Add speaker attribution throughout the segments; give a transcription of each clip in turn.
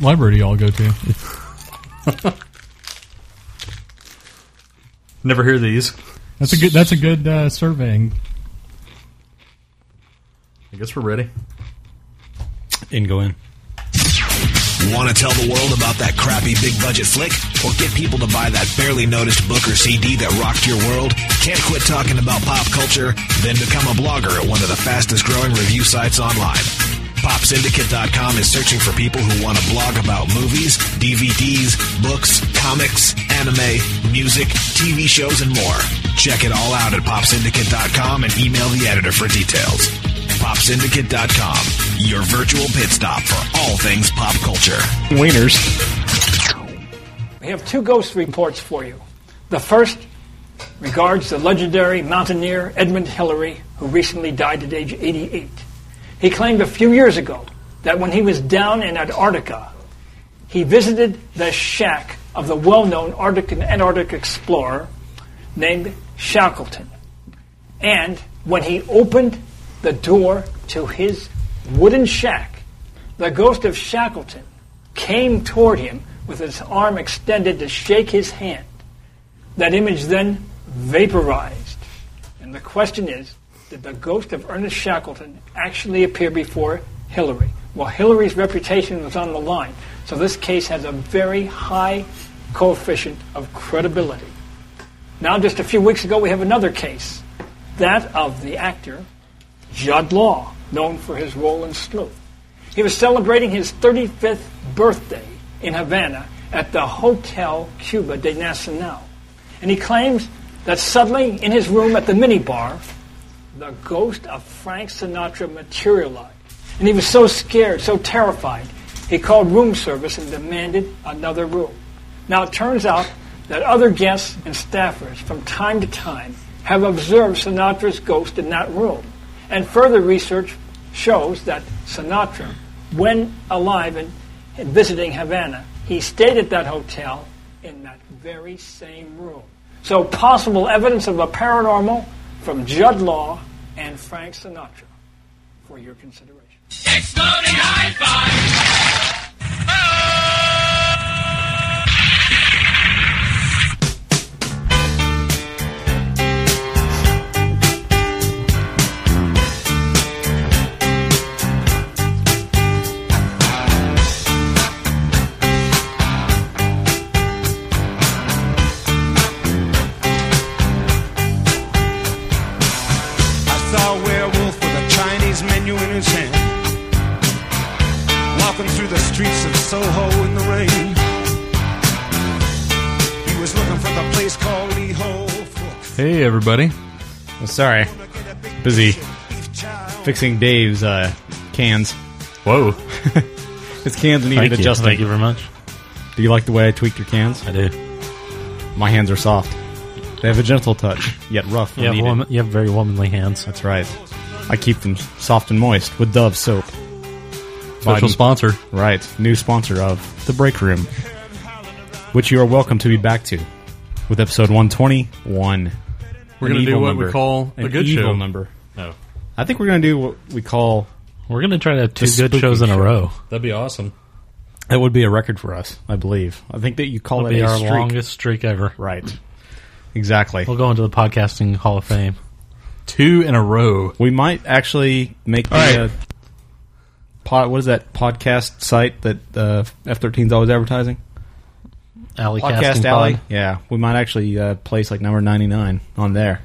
Speaker 1: library do y'all go to?
Speaker 2: Never hear these.
Speaker 1: That's a good. That's a good uh, surveying.
Speaker 2: I guess we're ready.
Speaker 3: And go in.
Speaker 4: Want to tell the world about that crappy big budget flick? Or get people to buy that barely noticed book or CD that rocked your world? Can't quit talking about pop culture? Then become a blogger at one of the fastest growing review sites online. PopSyndicate.com is searching for people who want to blog about movies, DVDs, books, comics, anime, music, TV shows, and more. Check it all out at PopSyndicate.com and email the editor for details. PopSyndicate.com, your virtual pit stop for all things pop culture.
Speaker 3: Wieners.
Speaker 5: We have two ghost reports for you. The first regards the legendary mountaineer Edmund Hillary, who recently died at age 88. He claimed a few years ago that when he was down in Antarctica, he visited the shack of the well known Arctic and Antarctic explorer named Shackleton. And when he opened the door to his wooden shack, the ghost of Shackleton came toward him with his arm extended to shake his hand. That image then vaporized. And the question is did the ghost of Ernest Shackleton actually appear before Hillary? Well, Hillary's reputation was on the line, so this case has a very high coefficient of credibility. Now, just a few weeks ago, we have another case that of the actor Judd Law, known for his role in Sleuth. He was celebrating his 35th birthday in Havana at the Hotel Cuba de Nacional. And he claims that suddenly in his room at the minibar, the ghost of Frank Sinatra materialized. And he was so scared, so terrified, he called room service and demanded another room. Now it turns out that other guests and staffers from time to time have observed Sinatra's ghost in that room. And further research shows that Sinatra, when alive and and visiting Havana, he stayed at that hotel in that very same room. So, possible evidence of a paranormal from Judd Law and Frank Sinatra for your consideration.
Speaker 6: Exploding high five.
Speaker 7: I saw a werewolf with a Chinese menu in his hand, walking through the streets of Soho in the rain. He was looking for the place called Lee Ho.
Speaker 2: Hey, everybody.
Speaker 3: Sorry. Busy fixing Dave's uh, cans.
Speaker 2: Whoa.
Speaker 3: His cans needed
Speaker 8: Thank you.
Speaker 3: adjusting.
Speaker 8: Thank you very much.
Speaker 3: Do you like the way I tweaked your cans?
Speaker 8: I do.
Speaker 3: My hands are soft. They have a gentle touch, yet rough. when
Speaker 8: You have,
Speaker 3: needed.
Speaker 8: woman, you have very womanly hands.
Speaker 3: That's right. I keep them soft and moist with Dove soap. Biden-
Speaker 2: Special sponsor.
Speaker 3: Right, new sponsor of The Break Room, which you are welcome to be back to with episode 121. An
Speaker 2: We're going to do
Speaker 3: evil
Speaker 2: what
Speaker 3: number.
Speaker 2: we call a
Speaker 3: An
Speaker 2: good
Speaker 3: evil
Speaker 2: show.
Speaker 3: number.
Speaker 2: Oh.
Speaker 3: I think we're going to do what we call
Speaker 8: We're going to try to have two
Speaker 3: The
Speaker 8: good
Speaker 3: spooky
Speaker 8: shows in a
Speaker 3: show.
Speaker 8: row.
Speaker 2: That'd be awesome.
Speaker 3: that would be a record for us, I believe. I think that you call
Speaker 8: It'll
Speaker 3: it
Speaker 8: be
Speaker 3: a
Speaker 8: our
Speaker 3: streak.
Speaker 8: longest streak ever.
Speaker 3: Right, exactly.
Speaker 8: We'll go into the podcasting hall of fame.
Speaker 2: Two in a row.
Speaker 3: We might actually make the
Speaker 2: right.
Speaker 3: uh, pod. What is that podcast site that uh, F 13s always advertising?
Speaker 8: Alley
Speaker 3: Podcast
Speaker 8: Casting
Speaker 3: Alley.
Speaker 8: Pod.
Speaker 3: Yeah, we might actually uh, place like number 99 on there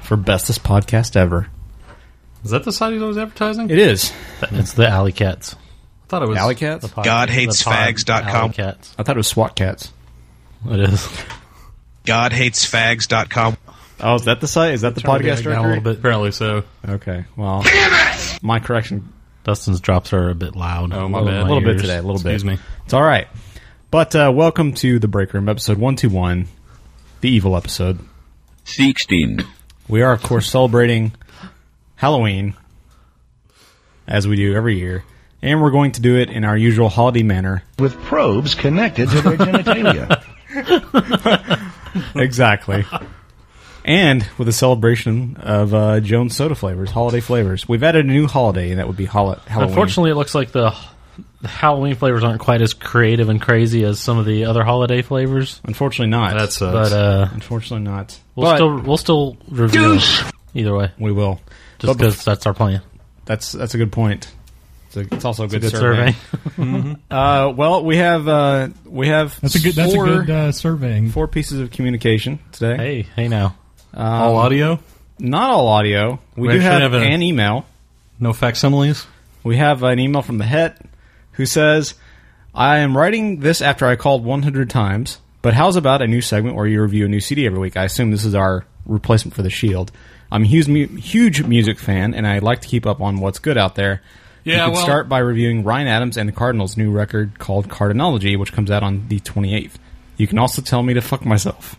Speaker 3: for bestest podcast ever.
Speaker 2: Is that the site he's always advertising?
Speaker 3: It is.
Speaker 8: It's the Alley Cats.
Speaker 2: I thought it was.
Speaker 3: Alley Cats?
Speaker 8: Pod-
Speaker 4: GodHatesFags.com.
Speaker 8: the pod, Alley Cats.
Speaker 3: I thought it was SWAT Cats.
Speaker 8: It is.
Speaker 4: GodHatesFags.com.
Speaker 3: Oh, is that the site? Is that the podcast
Speaker 8: Down a little
Speaker 3: record?
Speaker 8: bit.
Speaker 2: Apparently so.
Speaker 3: Okay, well, my correction.
Speaker 8: Dustin's drops are a bit loud.
Speaker 2: Oh, my
Speaker 8: Little in
Speaker 2: bad.
Speaker 3: A little bit
Speaker 8: ears.
Speaker 3: today, a little
Speaker 2: Excuse
Speaker 3: bit.
Speaker 2: me.
Speaker 3: It's all right. But uh, welcome to The Break Room, episode 121, the evil episode.
Speaker 9: 16.
Speaker 3: We are, of course, celebrating Halloween as we do every year, and we're going to do it in our usual holiday manner.
Speaker 10: with probes connected to their genitalia.
Speaker 3: exactly. And with a celebration of uh, Jones soda flavors, holiday flavors. We've added a new holiday, and that would be hol- Halloween.
Speaker 8: Unfortunately, it looks like the the Halloween flavors aren't quite as creative and crazy as some of the other holiday flavors.
Speaker 3: Unfortunately, not.
Speaker 2: That sucks.
Speaker 8: But uh,
Speaker 3: Unfortunately, not.
Speaker 8: we'll
Speaker 3: But
Speaker 8: still we'll still review it either way,
Speaker 3: we will.
Speaker 8: just
Speaker 3: But bef-
Speaker 8: because that's our plan.
Speaker 3: that's that's a good point. It's, a, it's also a good,
Speaker 8: Good
Speaker 3: survey.
Speaker 8: survey.
Speaker 3: Uh, well, we have uh, we have
Speaker 1: That's a good. That's
Speaker 3: four,
Speaker 1: a good uh, surveying.
Speaker 3: four pieces of communication today. Um,
Speaker 8: hey, hey now.
Speaker 2: All audio,
Speaker 3: Not all audio. We,
Speaker 2: We
Speaker 3: do
Speaker 2: actually
Speaker 3: have,
Speaker 2: have a-
Speaker 3: an email.
Speaker 2: no facsimiles.
Speaker 3: We have an email from the Het who says, I am writing this after I called 100 times, but how's about a new segment where you review a new CD every week? I assume this is our replacement for The Shield. I'm a huge, mu- huge music fan, and I like to keep up on what's good out there.
Speaker 2: Yeah,
Speaker 3: you can
Speaker 2: well-
Speaker 3: start by reviewing Ryan Adams and the Cardinals' new record called Cardinology, which comes out on the 28th. You can also tell me to fuck myself.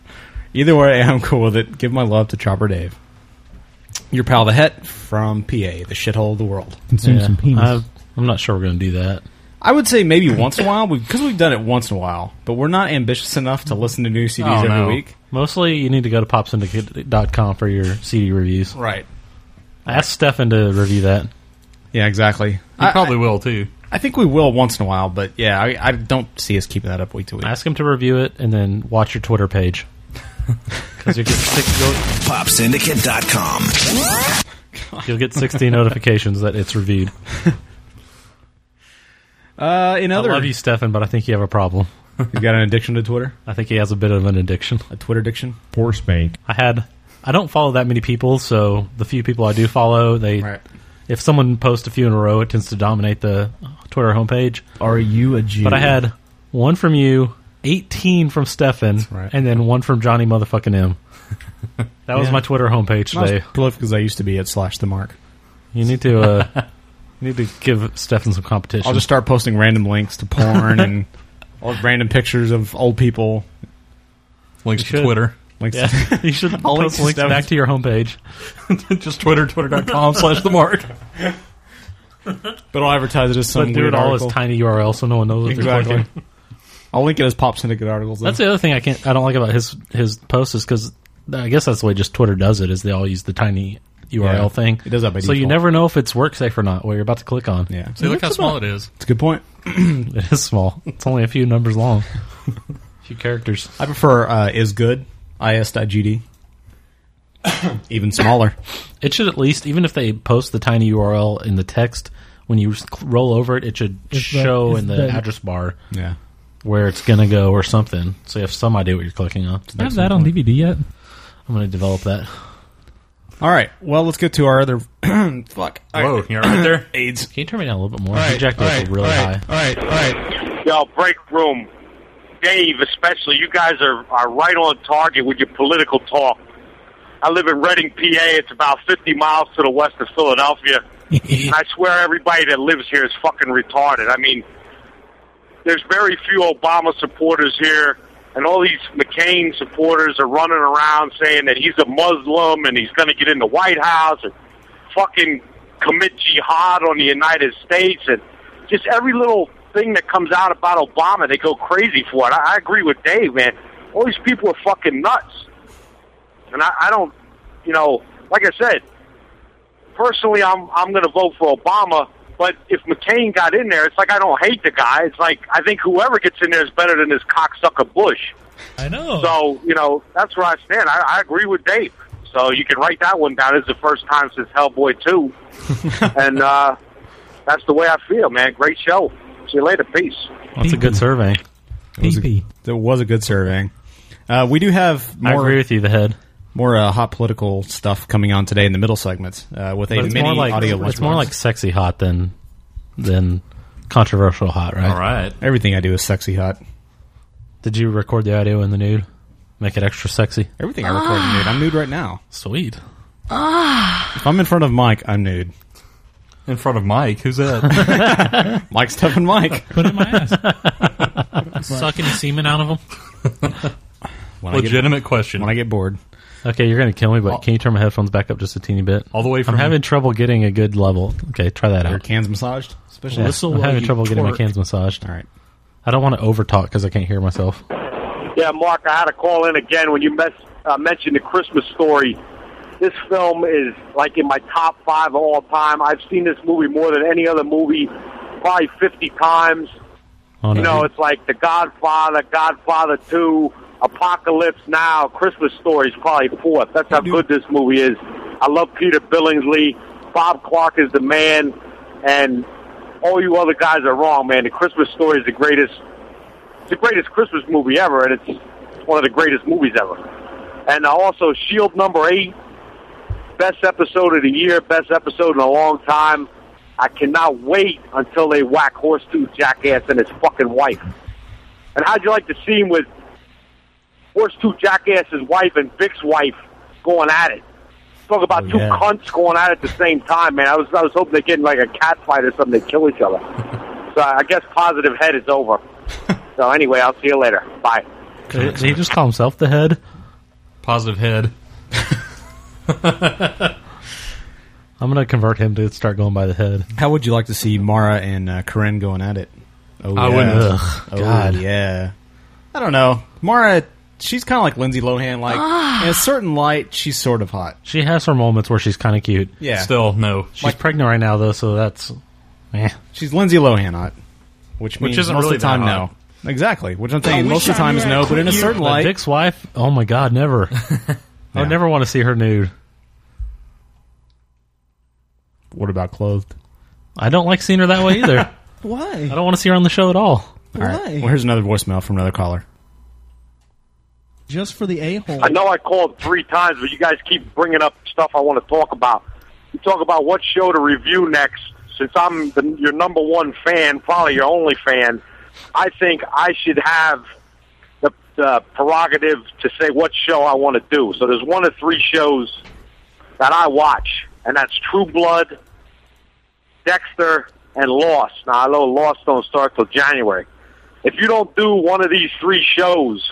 Speaker 3: Either way, I'm cool with it. Give my love to Chopper Dave. Your pal the Het from PA, the shithole of the world.
Speaker 1: Consume
Speaker 8: Yeah,
Speaker 1: some penis.
Speaker 8: I, I'm not sure we're going to do that.
Speaker 3: I would say maybe once in a while because we've done it once in a while, but we're not ambitious enough to listen to new CDs
Speaker 2: Oh,
Speaker 3: every
Speaker 2: no.
Speaker 3: week.
Speaker 8: Mostly, you need to go to popsyndicate.com for your CD reviews.
Speaker 3: Right.
Speaker 8: Ask Stefan to review that.
Speaker 3: Yeah, exactly.
Speaker 2: You
Speaker 3: I,
Speaker 2: probably will too.
Speaker 3: I think we will once in a while, but yeah, I, I don't see us keeping that up week to week.
Speaker 8: Ask him to review it and then watch your Twitter page. Because you'll, get six- you'll,
Speaker 4: PopSyndicate.com.
Speaker 8: you'll get 60 notifications that it's reviewed.
Speaker 3: Uh, in other,
Speaker 8: I love you, Stefan, but I think you have a problem.
Speaker 3: you got an addiction to Twitter,
Speaker 8: I think he has a bit of an addiction.
Speaker 3: a Twitter addiction.
Speaker 1: Horse bank.
Speaker 8: I had. I don't follow that many people, so the few people I do follow, they if someone posts a few in a row, it tends to dominate the Twitter homepage.
Speaker 11: Are you a Jew?
Speaker 8: But I had one from you, 18 from Stefan,
Speaker 3: right.
Speaker 8: and then one from Johnny motherfucking M. That was
Speaker 3: Yeah.
Speaker 8: my Twitter homepage
Speaker 3: Not
Speaker 8: today.
Speaker 3: as prolific as I used to be at slash the mark.
Speaker 8: You need to uh, you need to give Stefan some competition.
Speaker 3: I'll just start posting random links to porn and all random pictures of old people.
Speaker 2: Links to
Speaker 8: should.
Speaker 2: Twitter.
Speaker 3: Links.
Speaker 8: yeah, you should
Speaker 3: I'll link
Speaker 8: post
Speaker 3: to
Speaker 8: links
Speaker 3: Stefan's-
Speaker 8: back to your homepage.
Speaker 2: Just Twitter, twitter.com slash the mark.
Speaker 3: but I'll advertise it as some
Speaker 8: But do
Speaker 3: weird
Speaker 8: it all
Speaker 3: article.
Speaker 8: as tiny URL so no one knows what
Speaker 3: Exactly.
Speaker 8: they're clicking.
Speaker 3: I'll link it as pop syndicate articles. Though.
Speaker 8: That's the other thing I can't I don't like about his his posts is because I guess that's the way just Twitter does it is they all use the tiny URL
Speaker 3: Yeah.
Speaker 8: thing.
Speaker 3: It does that by
Speaker 8: so you
Speaker 3: default.
Speaker 8: never know if it's work safe or not. What you're about to click on.
Speaker 3: Yeah,
Speaker 2: See, look how small it is.
Speaker 3: it's a good point.
Speaker 8: It is small. It's only a few numbers long. a few characters.
Speaker 3: I prefer uh, is good is.gd. Even smaller.
Speaker 8: It should at least, even if they post the tiny URL in the text, when you s- roll over it, it should
Speaker 1: the-
Speaker 8: show
Speaker 1: it's
Speaker 8: in the,
Speaker 1: the-
Speaker 8: address bar
Speaker 3: Yeah.
Speaker 8: where it's going to go or something. So you have some idea what you're clicking on.
Speaker 1: I have that on DVD yet.
Speaker 8: I'm going to develop that.
Speaker 3: All right. Well, let's get to our other. Fuck. All right.
Speaker 2: Whoa, you're right there.
Speaker 3: AIDS.
Speaker 8: Can you turn me down a little bit more?
Speaker 3: All
Speaker 8: You
Speaker 3: right.
Speaker 8: jacked
Speaker 3: all
Speaker 8: it
Speaker 3: right,
Speaker 8: up really
Speaker 3: all
Speaker 8: high.
Speaker 3: right, All right. All right.
Speaker 12: Y'all, break room. Dave, especially, you guys are, are right on target with your political talk. I live in Reading, PA. It's about 50 miles to the west of Philadelphia. I swear everybody that lives here is fucking retarded. I mean, there's very few Obama supporters here, and all these McCain supporters are running around saying that he's a Muslim and he's going to get in the White House and fucking commit jihad on the United States and just every little thing that comes out about Obama, they go crazy for it. I, I agree with Dave, man. All these people are fucking nuts, and I, I don't, you know, like I said, personally, I'm I'm going to vote for Obama. But if McCain got in there, it's like I don't hate the guy. It's like I think whoever gets in there is better than this cocksucker Bush.
Speaker 8: I know.
Speaker 12: So you know that's where I stand. I, I agree with Dave. So you can write that one down. It's the first time since Hellboy two, and uh, that's the way I feel, man. Great show. See you later. Peace.
Speaker 8: That's a good survey.
Speaker 3: was a-
Speaker 1: PP.
Speaker 3: That was a good surveying. Uh, we do have
Speaker 8: I agree
Speaker 3: more
Speaker 8: with you, the head.
Speaker 3: more uh, hot political stuff coming on today in the middle segment uh, with a
Speaker 8: But it's
Speaker 3: mini
Speaker 8: more like
Speaker 3: audio.
Speaker 8: it's more
Speaker 3: lunchbox.
Speaker 8: like sexy hot than than controversial hot, right?
Speaker 2: All right.
Speaker 3: everything I do is sexy hot.
Speaker 8: Did you record the audio in the nude? Make it extra sexy.
Speaker 3: Everything I record is nude. I'm nude right now.
Speaker 8: Sweet.
Speaker 3: If I'm in front of Mike, I'm nude.
Speaker 2: In front of Mike. Who's that?
Speaker 3: Mike Stephen Mike.
Speaker 1: Put it in my ass.
Speaker 8: Sucking the semen out of them.
Speaker 3: When I, get,
Speaker 2: Legitimate question.
Speaker 3: when I get bored.
Speaker 8: Okay, you're gonna kill me, but can you turn my headphones back up just a teeny bit?
Speaker 2: All the way from
Speaker 8: I'm having trouble getting a good level. Okay, try that
Speaker 3: Your
Speaker 8: out.
Speaker 3: cans massaged? Especially
Speaker 8: Yeah, I'm having trouble getting my cans massaged.
Speaker 3: All right.
Speaker 8: I don't want to over talk because I can't hear myself.
Speaker 12: Yeah, Mark, I had to call in again when you mes- uh, mentioned the Christmas story. This film is like in my top five of all time. I've seen this movie more than any other movie probably 50 times.
Speaker 8: Oh,
Speaker 12: you
Speaker 8: no.
Speaker 12: know, it's like The Godfather, Godfather 2, Apocalypse Now, Christmas Story is probably fourth. That's how good this movie is. I love Peter Billingsley. Bob Clark is the man. And all you other guys are wrong, man. The Christmas Story is the greatest, it's the greatest Christmas movie ever, and it's one of the greatest movies ever. And also, Shield E number eight, best episode of the year, best episode in a long time. I cannot wait until they whack horse tooth jackass and his fucking wife. And how'd you like the scene with horse tooth jackass's wife and Vic's wife going at it? Talk about two cunts going at it at the same time, man. I was I was hoping they get in like a cat fight or something. They kill each other. so I guess positive head is over. so anyway, I'll see you later. Bye.
Speaker 8: Did he just call himself the head?
Speaker 2: Positive head.
Speaker 8: I'm going to convert him to start going by the head.
Speaker 3: How would you like to see Mara and uh, Karen going at it? Oh,
Speaker 8: I wouldn't. Ugh,
Speaker 3: oh,
Speaker 8: God.
Speaker 3: yeah. I don't know. Mara, she's kind of like Lindsay Lohan. Like in a certain light, she's sort of hot.
Speaker 8: She has her moments where she's kind of cute.
Speaker 3: Yeah.
Speaker 2: Still, no.
Speaker 8: She's pregnant right now, though, so that's. Eh.
Speaker 3: She's Lindsay Lohan hot, which
Speaker 2: Which
Speaker 3: means
Speaker 2: isn't
Speaker 3: most
Speaker 2: really
Speaker 3: of the time
Speaker 2: that
Speaker 3: no.
Speaker 2: hot.
Speaker 3: Exactly, which I'm saying most of the time is no, but in a certain
Speaker 8: But
Speaker 3: light,
Speaker 8: Vic's wife? Oh my God, never. I would never want to see her nude.
Speaker 3: what about clothed?
Speaker 8: I don't like seeing her that way either.
Speaker 11: Why?
Speaker 8: I don't want to see her on the show at all.
Speaker 3: All right. Well, here's another voicemail from another caller.
Speaker 11: Just for the a hole.
Speaker 12: I know I called three times, but you guys keep bringing up stuff I want to talk about. You talk about what show to review next. Since I'm the, your number one fan, probably your only fan, I think I should have the, the prerogative to say what show I want to do. So there's one of three shows that I watch, and that's True Blood, Dexter, and Lost. Now I know Lost don't start till January. If you don't do one of these three shows,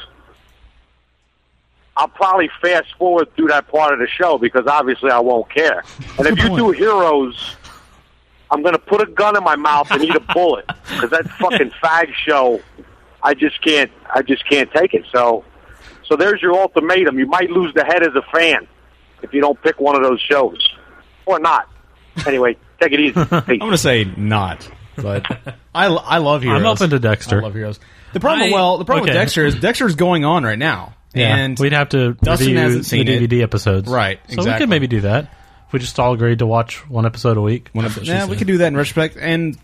Speaker 12: I'll probably fast forward through that part of the show because obviously I won't care. And if you do Heroes, I'm going to put a gun in my mouth and eat a bullet because that fucking fag show, I just can't, I just can't take it. So, so there's your ultimatum. You might lose the head as a fan if you don't pick one of those shows or not. Anyway, take it easy. Peace.
Speaker 3: I'm going to say not, but I, I love heroes.
Speaker 8: I'm open to
Speaker 3: I
Speaker 8: Dexter.
Speaker 3: love heroes. The problem,
Speaker 8: I-
Speaker 3: well, the problem
Speaker 8: okay.
Speaker 3: with Dexter is Dexter's going on right now,
Speaker 8: Yeah,
Speaker 3: and
Speaker 8: we'd have to
Speaker 3: Dustin
Speaker 8: review
Speaker 3: hasn't seen
Speaker 8: the
Speaker 3: it.
Speaker 8: DVD episodes,
Speaker 3: Right,
Speaker 8: So we
Speaker 3: exactly.
Speaker 8: could maybe do that if we just all agreed to watch one episode a week.
Speaker 3: One of- yeah, we could do that in retrospect. And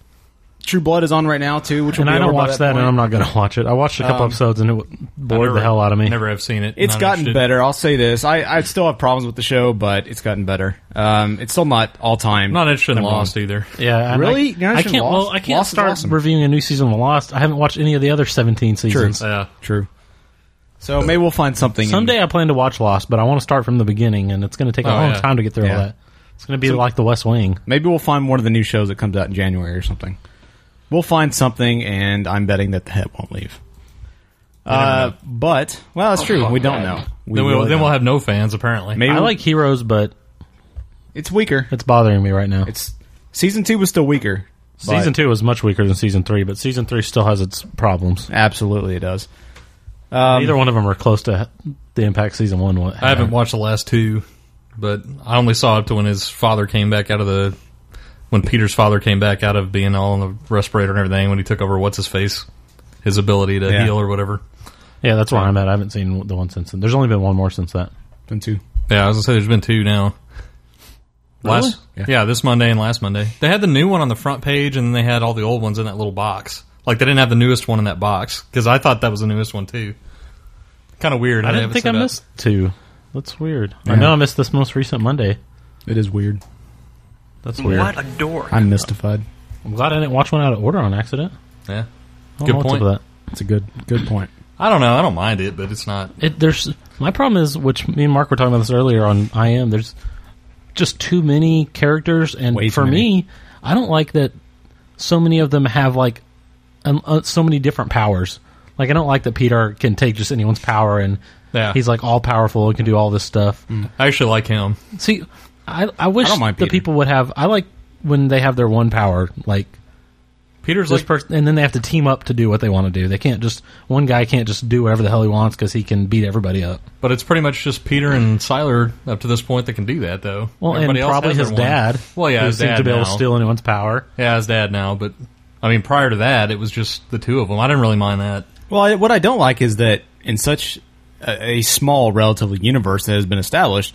Speaker 3: True Blood is on right now too, which will
Speaker 8: and
Speaker 3: be
Speaker 8: I don't
Speaker 3: over by
Speaker 8: watch that, and
Speaker 3: point.
Speaker 8: I'm not going to watch it. I watched a couple
Speaker 3: Um,
Speaker 8: episodes, and it w- bored the hell out of me.
Speaker 2: Never have seen it.
Speaker 3: It's
Speaker 2: Not
Speaker 3: gotten
Speaker 2: interested.
Speaker 3: better. I'll say this: I, I still have problems with the show, but it's gotten better. Um, it's still not all time.
Speaker 2: Not interested in
Speaker 3: number one.
Speaker 2: Lost either.
Speaker 8: Yeah, and
Speaker 3: Really?
Speaker 8: I,
Speaker 3: You're not
Speaker 8: I
Speaker 3: sure
Speaker 8: can't.
Speaker 3: Lost-
Speaker 8: Well, I can't
Speaker 3: Lost is
Speaker 8: start
Speaker 3: awesome.
Speaker 8: reviewing a new season of Lost. I haven't watched any of the other 17 seasons.
Speaker 2: Yeah.
Speaker 3: True. So maybe we'll find something. in-
Speaker 8: Someday I plan to watch Lost, but I want to start from the beginning, and it's going to take a
Speaker 2: Oh,
Speaker 8: long
Speaker 2: yeah.
Speaker 8: time to get through
Speaker 3: Yeah.
Speaker 8: all that. It's going to be like The West Wing.
Speaker 3: maybe we'll find one of the new shows that comes out in January or something. We'll find something, and I'm betting that the head won't leave. Uh, but well, that's true. We don't know. We
Speaker 2: Oh, then we'll,
Speaker 3: really
Speaker 2: then
Speaker 3: don't.
Speaker 2: we'll have no fans apparently.
Speaker 3: Maybe
Speaker 8: I like Heroes, but
Speaker 3: it's weaker.
Speaker 8: it's bothering me right now.
Speaker 3: It's season two was still weaker. but-
Speaker 8: season two is much weaker than season three, but season three still has its problems.
Speaker 3: Absolutely, it does. Um,
Speaker 8: Neither one of them are close to the impact season one. wa-
Speaker 2: I haven't watched the last two, but I only saw up to when his father came back out of the when Peter's father came back out of being all in the respirator and everything when he took over what's his face, his ability to
Speaker 3: Yeah.
Speaker 2: heal or whatever.
Speaker 8: Yeah, that's where I'm at. I haven't seen the one since then. There's only been one more since that.
Speaker 3: Been two.
Speaker 2: Yeah, I was gonna say there's been two now. Last,
Speaker 3: Really?
Speaker 2: yeah. this Monday and last Monday. They had the new one on the front page, and they had all the old ones in that little box. Like they didn't have the newest one in that box because I thought that was the newest one too. Kind of weird. how
Speaker 8: I
Speaker 2: they
Speaker 8: didn't
Speaker 2: have it
Speaker 8: think I
Speaker 2: set up.
Speaker 8: missed two. That's weird. I know I missed this most recent Monday.
Speaker 3: It is weird.
Speaker 8: That's weird.
Speaker 11: a door.
Speaker 3: I'm mystified.
Speaker 8: I'm glad I didn't watch one out of order on accident.
Speaker 2: Yeah,
Speaker 8: I don't
Speaker 2: Good
Speaker 8: know what's up
Speaker 2: point.
Speaker 8: with that.
Speaker 3: It's a good good point.
Speaker 2: I don't know. I don't mind it, but it's not.
Speaker 8: it, there's my problem is which me and Mark were talking about this earlier on I am there's just too many characters and
Speaker 3: Way too
Speaker 8: for me I don't like that so many of them have like un, uh, so many different powers like I don't like that Peter can take just anyone's power and
Speaker 2: Yeah.
Speaker 8: he's like all powerful and can do all this stuff
Speaker 3: Mm.
Speaker 2: I actually like him.
Speaker 8: see I I wish
Speaker 3: I don't mind
Speaker 8: the
Speaker 3: Peter.
Speaker 8: people would have I like when they have their one power like
Speaker 2: Peter's
Speaker 8: this
Speaker 2: like
Speaker 8: person and then they have to team up to do what they want to do they can't just one guy can't just do whatever the hell he wants because he can beat everybody up
Speaker 2: But it's pretty much just Peter and Siler up to this point that can do that, though.
Speaker 8: Well,
Speaker 2: Everybody
Speaker 8: and
Speaker 2: else
Speaker 8: probably
Speaker 2: has
Speaker 8: his
Speaker 2: their one.
Speaker 8: dad.
Speaker 2: Well, yeah,
Speaker 8: who
Speaker 2: his
Speaker 8: seems
Speaker 2: dad
Speaker 8: to be able
Speaker 2: now.
Speaker 8: to steal anyone's power.
Speaker 2: Yeah, his dad now, but I mean, prior to that, it was just the two of them. I didn't really mind that.
Speaker 3: Well, I, what I don't like is that in such a, a small, relatively universe that has been established,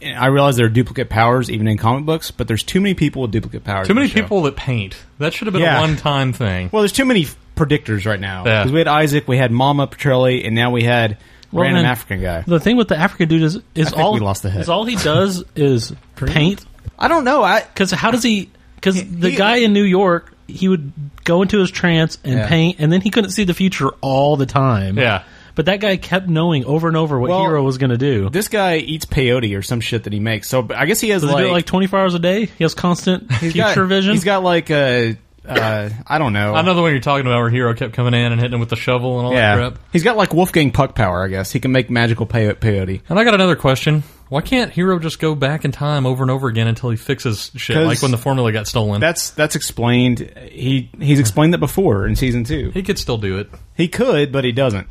Speaker 3: eh, I realize there are duplicate powers even in comic books, but there's too many people with duplicate powers.
Speaker 2: Too
Speaker 3: in
Speaker 2: many
Speaker 3: the show.
Speaker 2: people that paint. That should have been
Speaker 3: Yeah.
Speaker 2: a one-time thing.
Speaker 3: Well, there's too many predictors right now.
Speaker 2: Yeah.
Speaker 3: Because we had Isaac, we had Mama Petrelli, and now we had
Speaker 8: Well,
Speaker 3: random
Speaker 8: then,
Speaker 3: African guy.
Speaker 8: The thing with the African dude is is
Speaker 3: I think
Speaker 8: all
Speaker 3: we lost the hit.
Speaker 8: is all he does is paint.
Speaker 3: I don't know. I
Speaker 8: because how does he? Because the
Speaker 3: he-
Speaker 8: guy in New York, he would go into his trance and
Speaker 3: Yeah.
Speaker 8: paint, and then he couldn't see the future all the time.
Speaker 2: Yeah.
Speaker 8: But that guy kept knowing over and over what
Speaker 3: Well,
Speaker 8: Hero was going to do.
Speaker 3: This guy eats peyote or some shit that he makes. So but I guess he has
Speaker 8: Does
Speaker 3: like,
Speaker 8: he do it like 24 hours a day? He has constant
Speaker 3: he's
Speaker 8: future
Speaker 3: got,
Speaker 8: vision?
Speaker 3: He's got like a uh, I don't know.
Speaker 2: I know the one you're talking about where Hero kept coming in and hitting him with the shovel and all
Speaker 3: yeah,
Speaker 2: that crap.
Speaker 3: he's got like Wolfgang Puck power. I guess he can make magical pey- peyote.
Speaker 2: And I got another question. Why can't Hero just go back in time over and over again until he fixes shit,
Speaker 3: 'Cause
Speaker 2: like when the formula got stolen?
Speaker 3: That's that's explained. He he's explained that before in season two.
Speaker 2: he could still do it.
Speaker 3: He could, but he doesn't.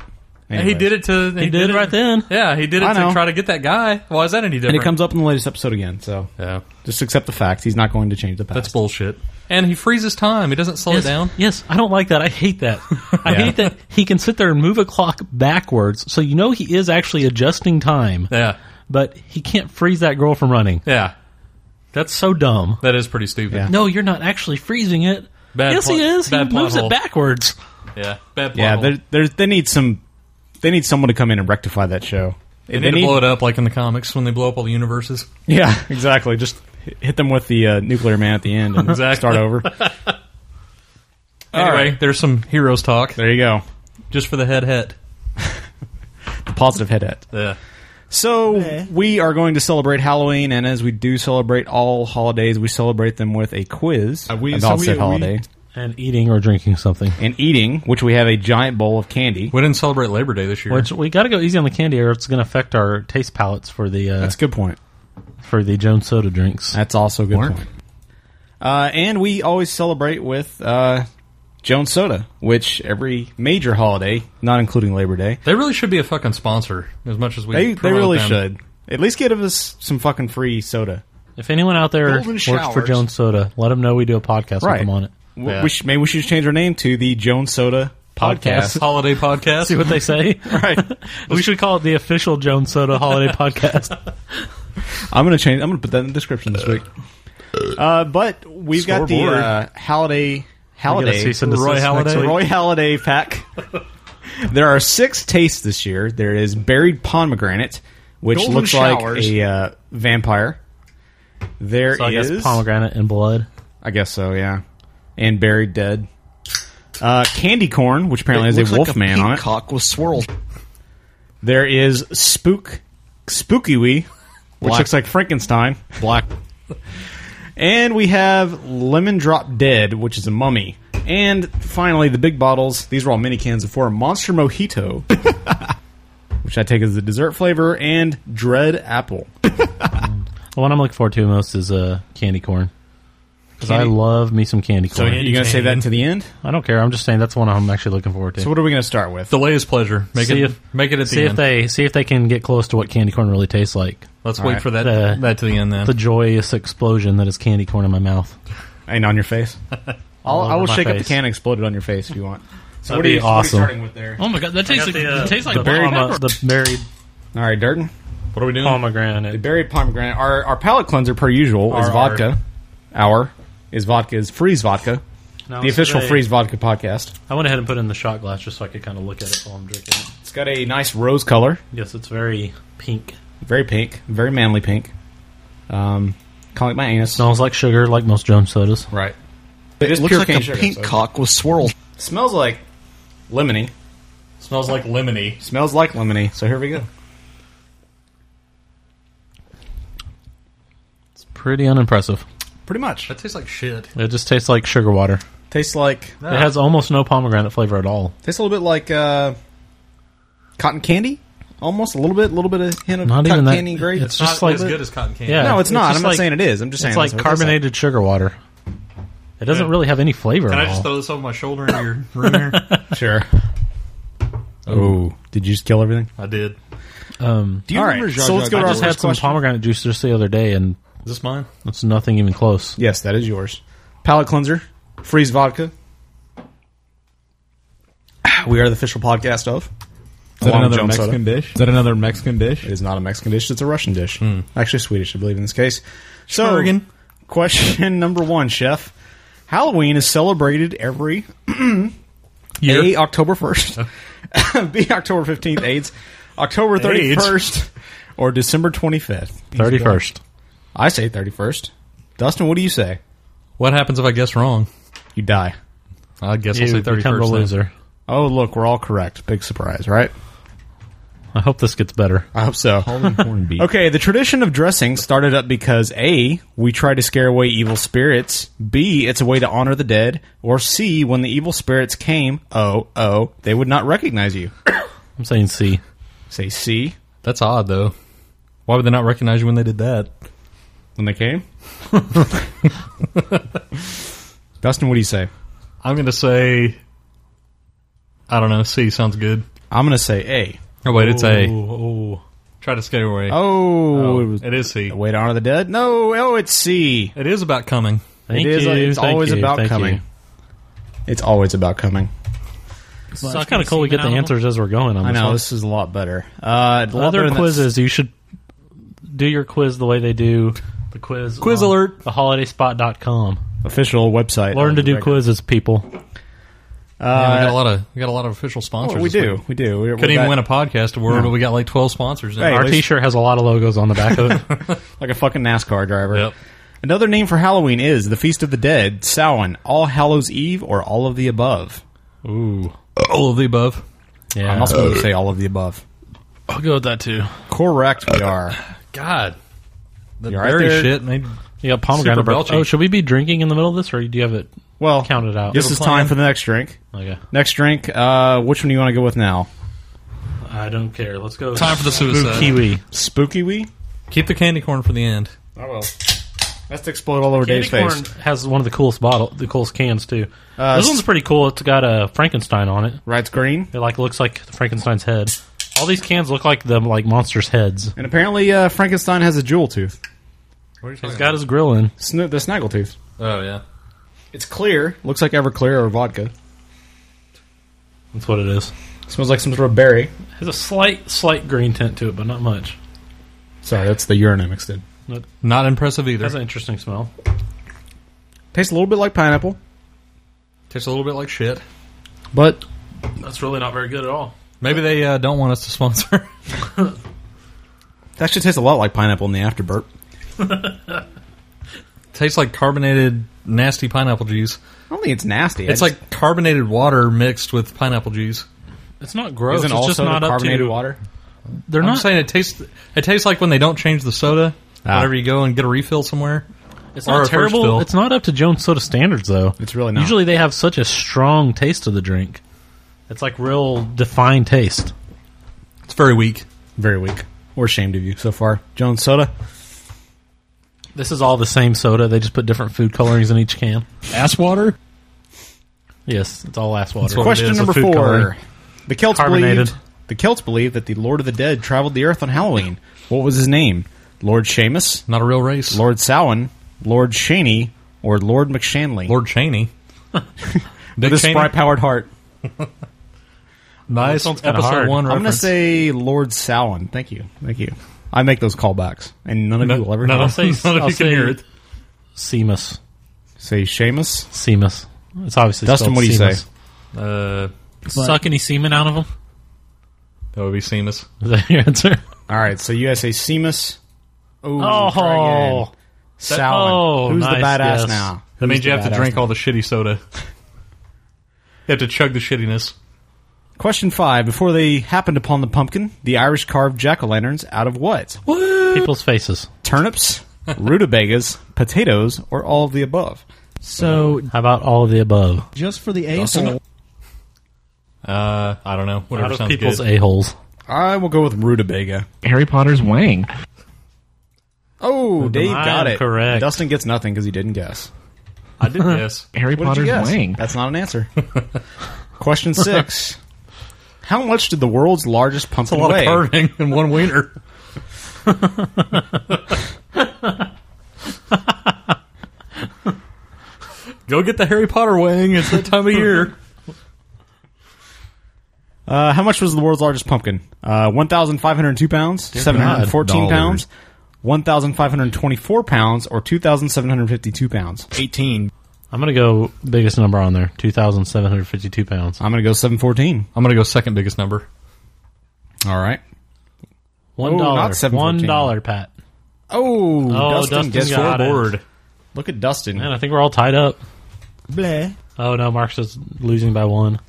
Speaker 2: He
Speaker 3: Anyways.
Speaker 2: did it to.
Speaker 8: he did it right then.
Speaker 2: Yeah, he did it
Speaker 3: I know.
Speaker 2: to try to get that guy. Why is that any different?
Speaker 3: and it comes up in the latest episode again. So
Speaker 2: Yeah,
Speaker 3: just accept the fact he's not going to change the past.
Speaker 2: that's bullshit. And he freezes time. He doesn't slow
Speaker 8: Yes,
Speaker 2: it down.
Speaker 8: yes, I don't like that. I hate that. I
Speaker 3: Yeah.
Speaker 8: hate that he can sit there and move a clock backwards, so you know he is actually adjusting time,
Speaker 2: Yeah,
Speaker 8: but he can't freeze that girl from running.
Speaker 2: yeah.
Speaker 8: That's so dumb.
Speaker 2: That is pretty stupid.
Speaker 3: Yeah.
Speaker 8: No, you're not actually freezing it.
Speaker 2: Bad
Speaker 8: yes,
Speaker 2: plot-
Speaker 8: he is. He
Speaker 2: bad plot
Speaker 8: moves
Speaker 2: hole.
Speaker 8: it backwards.
Speaker 2: Yeah, bad. Plot
Speaker 3: yeah,
Speaker 2: hole.
Speaker 3: there, there's they need some. They need someone to come in and rectify that show.
Speaker 2: They need to blow it up like in the comics when they blow up all the universes.
Speaker 3: Yeah, exactly. Just h- hit them with the uh, nuclear man at the end and
Speaker 2: Exactly.
Speaker 3: start over. All
Speaker 2: Anyway,
Speaker 3: right.
Speaker 2: there's some heroes talk
Speaker 3: There you go.
Speaker 2: just for the head head.
Speaker 3: The positive head at.
Speaker 2: Yeah.
Speaker 3: So we are going to celebrate Halloween, and as we do celebrate all holidays, we celebrate them with a quiz
Speaker 2: Are Uh, we-
Speaker 3: about
Speaker 2: so we-
Speaker 3: said
Speaker 2: are we-
Speaker 3: holiday
Speaker 8: And eating or drinking something.
Speaker 3: and eating, which we have a giant bowl of candy.
Speaker 2: We didn't celebrate Labor Day this year.
Speaker 8: Which we got to go easy on the candy, or it's going to affect our taste palates for the uh,
Speaker 3: That's a good point.
Speaker 8: for the Jones soda drinks.
Speaker 3: That's also a good point. Uh, and we always celebrate with uh, Jones Soda, which every major holiday, not including Labor Day,
Speaker 2: they really should be a fucking sponsor as much as we.
Speaker 3: they, they
Speaker 2: promote
Speaker 3: really
Speaker 2: them.
Speaker 3: should. At least give us some fucking free soda.
Speaker 8: If anyone out there
Speaker 10: Golden
Speaker 8: works for
Speaker 10: showers.
Speaker 8: Jones Soda, let them know we do a podcast with them on it.
Speaker 3: W-
Speaker 2: Yeah.
Speaker 3: We should, maybe we should change our name to the Jones Soda Podcast.
Speaker 2: holiday podcast.
Speaker 8: See what they say.
Speaker 3: right.
Speaker 8: we should call it the official Jones Soda Holiday Podcast.
Speaker 3: I'm gonna change. I'm gonna put that in the description this week. Uh, but we've got the
Speaker 2: Scoreboard.
Speaker 3: uh, holiday
Speaker 8: We're
Speaker 3: holiday
Speaker 8: gonna cease and desist
Speaker 2: Roy
Speaker 8: next
Speaker 2: Halladay.
Speaker 8: week.
Speaker 3: Roy Holiday pack. there are six tastes this year. There is buried pomegranate, which
Speaker 10: Golden
Speaker 3: looks
Speaker 10: showers.
Speaker 3: like a uh, vampire. There is
Speaker 8: So I guess pomegranate and blood.
Speaker 3: I guess so, yeah. And buried dead. Uh, candy corn, which apparently has a
Speaker 10: Looks like
Speaker 3: wolf man on it.
Speaker 10: Peacock with swirls.
Speaker 3: There is spook, spooky which
Speaker 10: Black.
Speaker 3: looks like Frankenstein,
Speaker 10: Black.
Speaker 3: and we have lemon drop dead, which is a mummy, and finally the big bottles. These are all mini cans of four monster mojito, which I take as the dessert flavor, and dread apple.
Speaker 8: The one I'm looking forward to most is uh, candy corn. Because I
Speaker 3: Candy-
Speaker 8: love me some candy
Speaker 3: So
Speaker 8: corn.
Speaker 3: you gonna save that to the end?
Speaker 8: I don't care. I'm just saying that's one I'm actually looking forward to.
Speaker 3: So what are we gonna start with?
Speaker 2: Delay is pleasure. Make
Speaker 8: See
Speaker 2: it
Speaker 8: if-
Speaker 2: make it at
Speaker 8: see
Speaker 2: the
Speaker 8: if
Speaker 2: end.
Speaker 8: they see if they can get close to what candy corn really tastes like.
Speaker 2: Let's wait
Speaker 3: right.
Speaker 2: for that
Speaker 8: Uh,
Speaker 2: that to the end then.
Speaker 8: The joyous explosion that is candy corn in my mouth.
Speaker 3: Ain't on your face. I'll, I
Speaker 8: over
Speaker 3: will
Speaker 8: my
Speaker 3: shake up the
Speaker 8: face.
Speaker 3: can and explode it on your face if you want. So
Speaker 8: That'd
Speaker 3: what are,
Speaker 8: be
Speaker 3: you, what are you
Speaker 8: awesome.
Speaker 3: starting with there?
Speaker 8: Oh my god, that tastes like
Speaker 2: uh,
Speaker 8: the, tastes like the
Speaker 3: buried pepper.
Speaker 8: the buried
Speaker 3: All right, Durden.
Speaker 2: what are we doing?
Speaker 3: The
Speaker 8: pomegranate.
Speaker 3: berry pomegranate. Our our palate cleanser, per usual, is
Speaker 2: Our-
Speaker 3: vodka. Our is vodka is freeze vodka. the official freeze vodka podcast.
Speaker 8: I went ahead and put it in the shot glass just so I could kind of look at it while I'm drinking it.
Speaker 3: It's got a nice rose color,
Speaker 8: Yes, it's very pink.
Speaker 3: very pink, very manly pink. Um, kind of like my anus.
Speaker 8: Smells like sugar, like most Jones sodas.
Speaker 3: Right.
Speaker 10: It,
Speaker 3: is
Speaker 10: looks
Speaker 3: pure
Speaker 10: like
Speaker 3: cane
Speaker 10: a
Speaker 3: sugar,
Speaker 10: pink
Speaker 3: so-
Speaker 10: cock with swirls.
Speaker 3: Smells like lemony.
Speaker 2: Smells like lemony.
Speaker 3: Smells like lemony. So here we go.
Speaker 8: It's pretty unimpressive.
Speaker 3: Pretty much.
Speaker 2: That tastes like shit.
Speaker 8: It just tastes like sugar water.
Speaker 3: Tastes like
Speaker 8: It has almost no pomegranate flavor at all.
Speaker 3: tastes a little bit like uh, cotton candy. Almost a little bit, a little bit of hint of
Speaker 8: Not
Speaker 3: cotton
Speaker 8: even that.
Speaker 3: candy grape.
Speaker 8: It's just
Speaker 2: Not
Speaker 8: like
Speaker 2: as good as cotton candy.
Speaker 8: yeah.
Speaker 3: no, it's, not.
Speaker 8: just
Speaker 3: I'm not
Speaker 8: like-
Speaker 3: saying it is. I'm just saying
Speaker 8: It's like
Speaker 3: that's what it tastes
Speaker 8: carbonated sugar water. It doesn't
Speaker 2: Yeah.
Speaker 8: really have any flavor
Speaker 2: Can I
Speaker 8: at
Speaker 2: just
Speaker 8: all.
Speaker 2: throw this over my shoulder into your room here?
Speaker 3: Sure. Oh, did you just kill everything?
Speaker 2: I did.
Speaker 8: Um,
Speaker 10: Do you
Speaker 3: All right,
Speaker 10: remember Jar
Speaker 3: so
Speaker 10: Jar
Speaker 3: let's go to
Speaker 8: I
Speaker 10: Binks?
Speaker 8: just had some
Speaker 3: question?
Speaker 8: pomegranate juice just the other day, and
Speaker 2: Is this mine?
Speaker 8: it's nothing even close.
Speaker 3: Yes, that is yours. Palate cleanser, freeze vodka, We are the official podcast of.
Speaker 11: Is that
Speaker 3: Long
Speaker 11: another
Speaker 3: John
Speaker 11: Mexican
Speaker 3: Soda.
Speaker 11: dish? Is that another Mexican dish?
Speaker 3: It is not a Mexican dish. It's a Russian dish. Actually, Swedish, I believe, in this case. So, question number one, Chef. Halloween is celebrated every A, October
Speaker 2: Oh.
Speaker 3: 1st, B, October 15th, AIDS, October 31st, or December 25th.
Speaker 8: 31st.
Speaker 3: I say 31st. Dustin, what do you say?
Speaker 2: What happens if I guess wrong?
Speaker 3: You die.
Speaker 2: I guess I'll say 31st. then.
Speaker 3: Oh, look, we're all correct. Big surprise, right?
Speaker 8: I hope this gets better.
Speaker 3: I hope so. Okay, the tradition of dressing started up because A, we try to scare away evil spirits, B, it's a way to honor the dead, or C, when the evil spirits came, oh, oh, they would not recognize you.
Speaker 8: I'm saying C.
Speaker 3: Say C.
Speaker 2: That's odd, though. Why would they not recognize you when they did that?
Speaker 3: When they came? Dustin, what do you say?
Speaker 2: I'm going to say. I don't know. C sounds good.
Speaker 3: I'm going to say
Speaker 2: A. Oh, wait, it's A.
Speaker 8: Oh, oh.
Speaker 2: Try to skate away.
Speaker 3: Oh,
Speaker 2: Oh,
Speaker 3: it was
Speaker 2: it is C.
Speaker 3: a way to honor the dead? No, oh, it's C.
Speaker 2: It is about coming.
Speaker 8: Thank
Speaker 3: it is,
Speaker 8: you,
Speaker 3: it's
Speaker 8: thank
Speaker 3: always
Speaker 8: you,
Speaker 3: about
Speaker 8: thank
Speaker 3: coming.
Speaker 8: you.
Speaker 3: It's always about coming.
Speaker 8: So it's kind of cool we get the answers as we're going on
Speaker 3: I
Speaker 8: this
Speaker 3: know,
Speaker 8: one.
Speaker 3: this is a lot better. Uh, a lot better
Speaker 8: Other
Speaker 3: than that-
Speaker 8: quizzes, you should do your quiz the way they do the quiz. Quiz alert. Theholidayspot.com.
Speaker 3: Official website.
Speaker 8: Learn
Speaker 3: of
Speaker 8: to
Speaker 3: the
Speaker 8: do
Speaker 3: record.
Speaker 8: quizzes, people.
Speaker 2: Man, we
Speaker 3: Uh, oh,
Speaker 2: got a lot of we got a lot of official sponsors.
Speaker 3: we
Speaker 2: this
Speaker 3: do.
Speaker 2: week.
Speaker 3: We do. We, we
Speaker 2: Couldn't even
Speaker 3: got
Speaker 2: win a podcast award,
Speaker 3: No.
Speaker 2: but we got like twelve sponsors. now.
Speaker 3: Hey,
Speaker 8: Our
Speaker 3: at least-
Speaker 8: T-shirt has a lot of logos on the back of it.
Speaker 3: like a fucking NASCAR driver.
Speaker 2: Yep.
Speaker 3: Another name for Halloween is the Feast of the Dead, Samhain, All Hallows Eve, or all of the above.
Speaker 8: Ooh,
Speaker 2: All of the above.
Speaker 8: yeah.
Speaker 3: I'm also going to say all of the above.
Speaker 8: I'll go with that too.
Speaker 3: Correct, we are.
Speaker 2: God, the
Speaker 3: You're right
Speaker 2: berry
Speaker 3: there.
Speaker 2: shit made
Speaker 8: Yeah,
Speaker 2: Super
Speaker 8: pomegranate. Bur-
Speaker 2: belching.
Speaker 8: oh, should we be drinking in the middle of this, or do you have it?
Speaker 3: Well,
Speaker 8: Count it out.
Speaker 3: This
Speaker 8: Give a
Speaker 3: is
Speaker 8: plan.
Speaker 3: time for the next drink.
Speaker 8: Okay,
Speaker 3: Next drink. Uh, which one do you want to go with now?
Speaker 8: I don't care. Let's go.
Speaker 2: time for the suicide.
Speaker 8: kiwi.
Speaker 3: Spooky wee.
Speaker 2: Keep the candy corn for the end.
Speaker 3: I will. That's to explode all over Dave's face.
Speaker 8: has one of the coolest bottle, the coolest cans too.
Speaker 3: Uh,
Speaker 8: this
Speaker 3: s-
Speaker 8: one's pretty cool. It's got a Frankenstein on it.
Speaker 3: Right, it's green.
Speaker 8: It like looks like Frankenstein's head. All these cans look like the like monsters' heads.
Speaker 3: And apparently, uh, Frankenstein has a jewel tooth.
Speaker 8: He's got his grill in.
Speaker 3: Sn- the snaggle tooth.
Speaker 2: Oh yeah.
Speaker 3: It's clear. Looks like Everclear or vodka.
Speaker 8: That's what it is.
Speaker 3: Smells like some sort of berry.
Speaker 8: It has a slight, slight green tint to it, but not much.
Speaker 3: Sorry, that's the urine I mixed in.
Speaker 2: Not impressive either.
Speaker 8: It has an interesting smell.
Speaker 3: Tastes a little bit like pineapple,
Speaker 2: Tastes a little bit like shit.
Speaker 3: but
Speaker 8: That's really not very good at all.
Speaker 2: Maybe they uh, don't want us to sponsor.
Speaker 3: that actually tastes a lot like pineapple in the afterburp.
Speaker 2: Tastes like carbonated nasty pineapple juice.
Speaker 3: I don't think it's nasty. I
Speaker 2: It's
Speaker 3: just-
Speaker 2: like carbonated water mixed with pineapple juice.
Speaker 8: It's not gross.
Speaker 3: isn't
Speaker 8: it's
Speaker 3: all
Speaker 8: just
Speaker 3: soda
Speaker 8: not up
Speaker 3: carbonated
Speaker 8: to.
Speaker 3: water.
Speaker 8: They're
Speaker 2: I'm
Speaker 8: not.
Speaker 2: saying it tastes. It tastes like when they don't change the soda.
Speaker 3: Ah.
Speaker 2: Whenever you go and get a refill somewhere,
Speaker 8: it's
Speaker 2: or a
Speaker 8: not
Speaker 2: first
Speaker 8: terrible.
Speaker 2: fill.
Speaker 8: It's not up to Jones Soda standards though.
Speaker 3: It's really not.
Speaker 8: Usually they have such a strong taste to the drink. It's like real defined taste.
Speaker 2: it's very weak.
Speaker 3: Very weak. We're ashamed of you so far, Jones Soda.
Speaker 8: This is all the same soda. They just put different food colorings in each can.
Speaker 1: Ass water?
Speaker 8: Yes, it's all ass water.
Speaker 2: what
Speaker 3: Question
Speaker 2: it is, a
Speaker 3: number
Speaker 2: food
Speaker 3: four:
Speaker 2: coloring.
Speaker 3: The Celts
Speaker 8: Carbonated.
Speaker 3: believed the Celts believed that the Lord of the Dead traveled the earth on Halloween. What was his name? Lord Seamus,
Speaker 2: Not a real race. Lord,
Speaker 3: Lord Samhain, Lord Shaney, or Lord McShanley?
Speaker 2: Cheney. Dick
Speaker 3: this
Speaker 2: Cheney?
Speaker 3: spry-powered heart.
Speaker 2: Nice.
Speaker 8: sounds kinda
Speaker 2: Episode
Speaker 8: hard.
Speaker 2: one.
Speaker 3: I'm going to
Speaker 2: reference.
Speaker 3: say Lord Samhain. Thank you, thank you. I make those callbacks, and none of you will ever
Speaker 2: no.
Speaker 8: I'll
Speaker 3: know.
Speaker 8: say.
Speaker 2: None of
Speaker 8: I'll
Speaker 2: you can
Speaker 8: say
Speaker 2: hear it.
Speaker 8: Seamus.
Speaker 3: Say Seamus.
Speaker 8: Seamus. It's obviously
Speaker 3: Dustin,
Speaker 8: spelled
Speaker 3: what do you
Speaker 8: Seamus.
Speaker 3: say?
Speaker 2: Uh,
Speaker 8: Suck any semen out of him?
Speaker 2: that would be Seamus.
Speaker 8: Is that your answer?
Speaker 3: All right, so USA Seamus. Ooh,
Speaker 8: Oh.
Speaker 3: try again. Salin.
Speaker 8: oh,
Speaker 3: Who's the
Speaker 8: nice,
Speaker 3: badass
Speaker 8: yes.
Speaker 3: now?
Speaker 2: That
Speaker 3: Who's
Speaker 2: means you
Speaker 3: the
Speaker 2: have to
Speaker 3: badass
Speaker 2: drink
Speaker 3: now?
Speaker 2: all the shitty soda. you have to chug the shittiness.
Speaker 3: Question five. Before they happened upon the pumpkin, the Irish carved jack o' lanterns out of what?
Speaker 8: People's faces.
Speaker 3: Turnips, rutabagas, potatoes, or all of the above?
Speaker 11: So
Speaker 8: How about all of the above?
Speaker 11: just for the a
Speaker 3: Dustin?
Speaker 2: Uh, I don't know. Whatever
Speaker 8: out of
Speaker 2: sounds
Speaker 8: people's
Speaker 2: good.
Speaker 8: a holes.
Speaker 3: I will go with rutabaga.
Speaker 11: Harry Potter's wang.
Speaker 3: Oh, Dave
Speaker 8: I
Speaker 3: got
Speaker 8: am
Speaker 3: it.
Speaker 8: correct.
Speaker 3: Dustin gets nothing because he didn't guess.
Speaker 2: I did guess.
Speaker 11: Harry
Speaker 3: What did you
Speaker 11: Potter's
Speaker 3: guess?
Speaker 11: wang.
Speaker 3: That's not an answer. Question six. How much did the world's largest
Speaker 2: A
Speaker 3: pumpkin
Speaker 2: lot
Speaker 3: weigh?
Speaker 2: of carving and one wiener. Go get the Harry Potter wing. It's that time of year.
Speaker 3: Uh, how much was the world's largest pumpkin? Uh, 1,502 pounds,
Speaker 11: Dear
Speaker 3: 714
Speaker 11: God.
Speaker 3: pounds, 1,524 pounds, or 2,752 pounds?
Speaker 2: 18.
Speaker 8: I'm going to go biggest number on there 2,752 pounds.
Speaker 3: I'm going to go 714.
Speaker 2: I'm going to go second biggest number.
Speaker 3: All right.
Speaker 8: One
Speaker 3: Oh,
Speaker 8: dollar.
Speaker 3: not $7.14.
Speaker 8: One dollar, Pat.
Speaker 3: Oh,
Speaker 8: Oh,
Speaker 3: Dustin,
Speaker 8: Dustin
Speaker 3: gets
Speaker 8: got
Speaker 3: scoreboard.
Speaker 8: it.
Speaker 3: Look at Dustin.
Speaker 8: Man, I think we're all tied up.
Speaker 11: Bleh.
Speaker 8: Oh, no. Mark's just losing by one.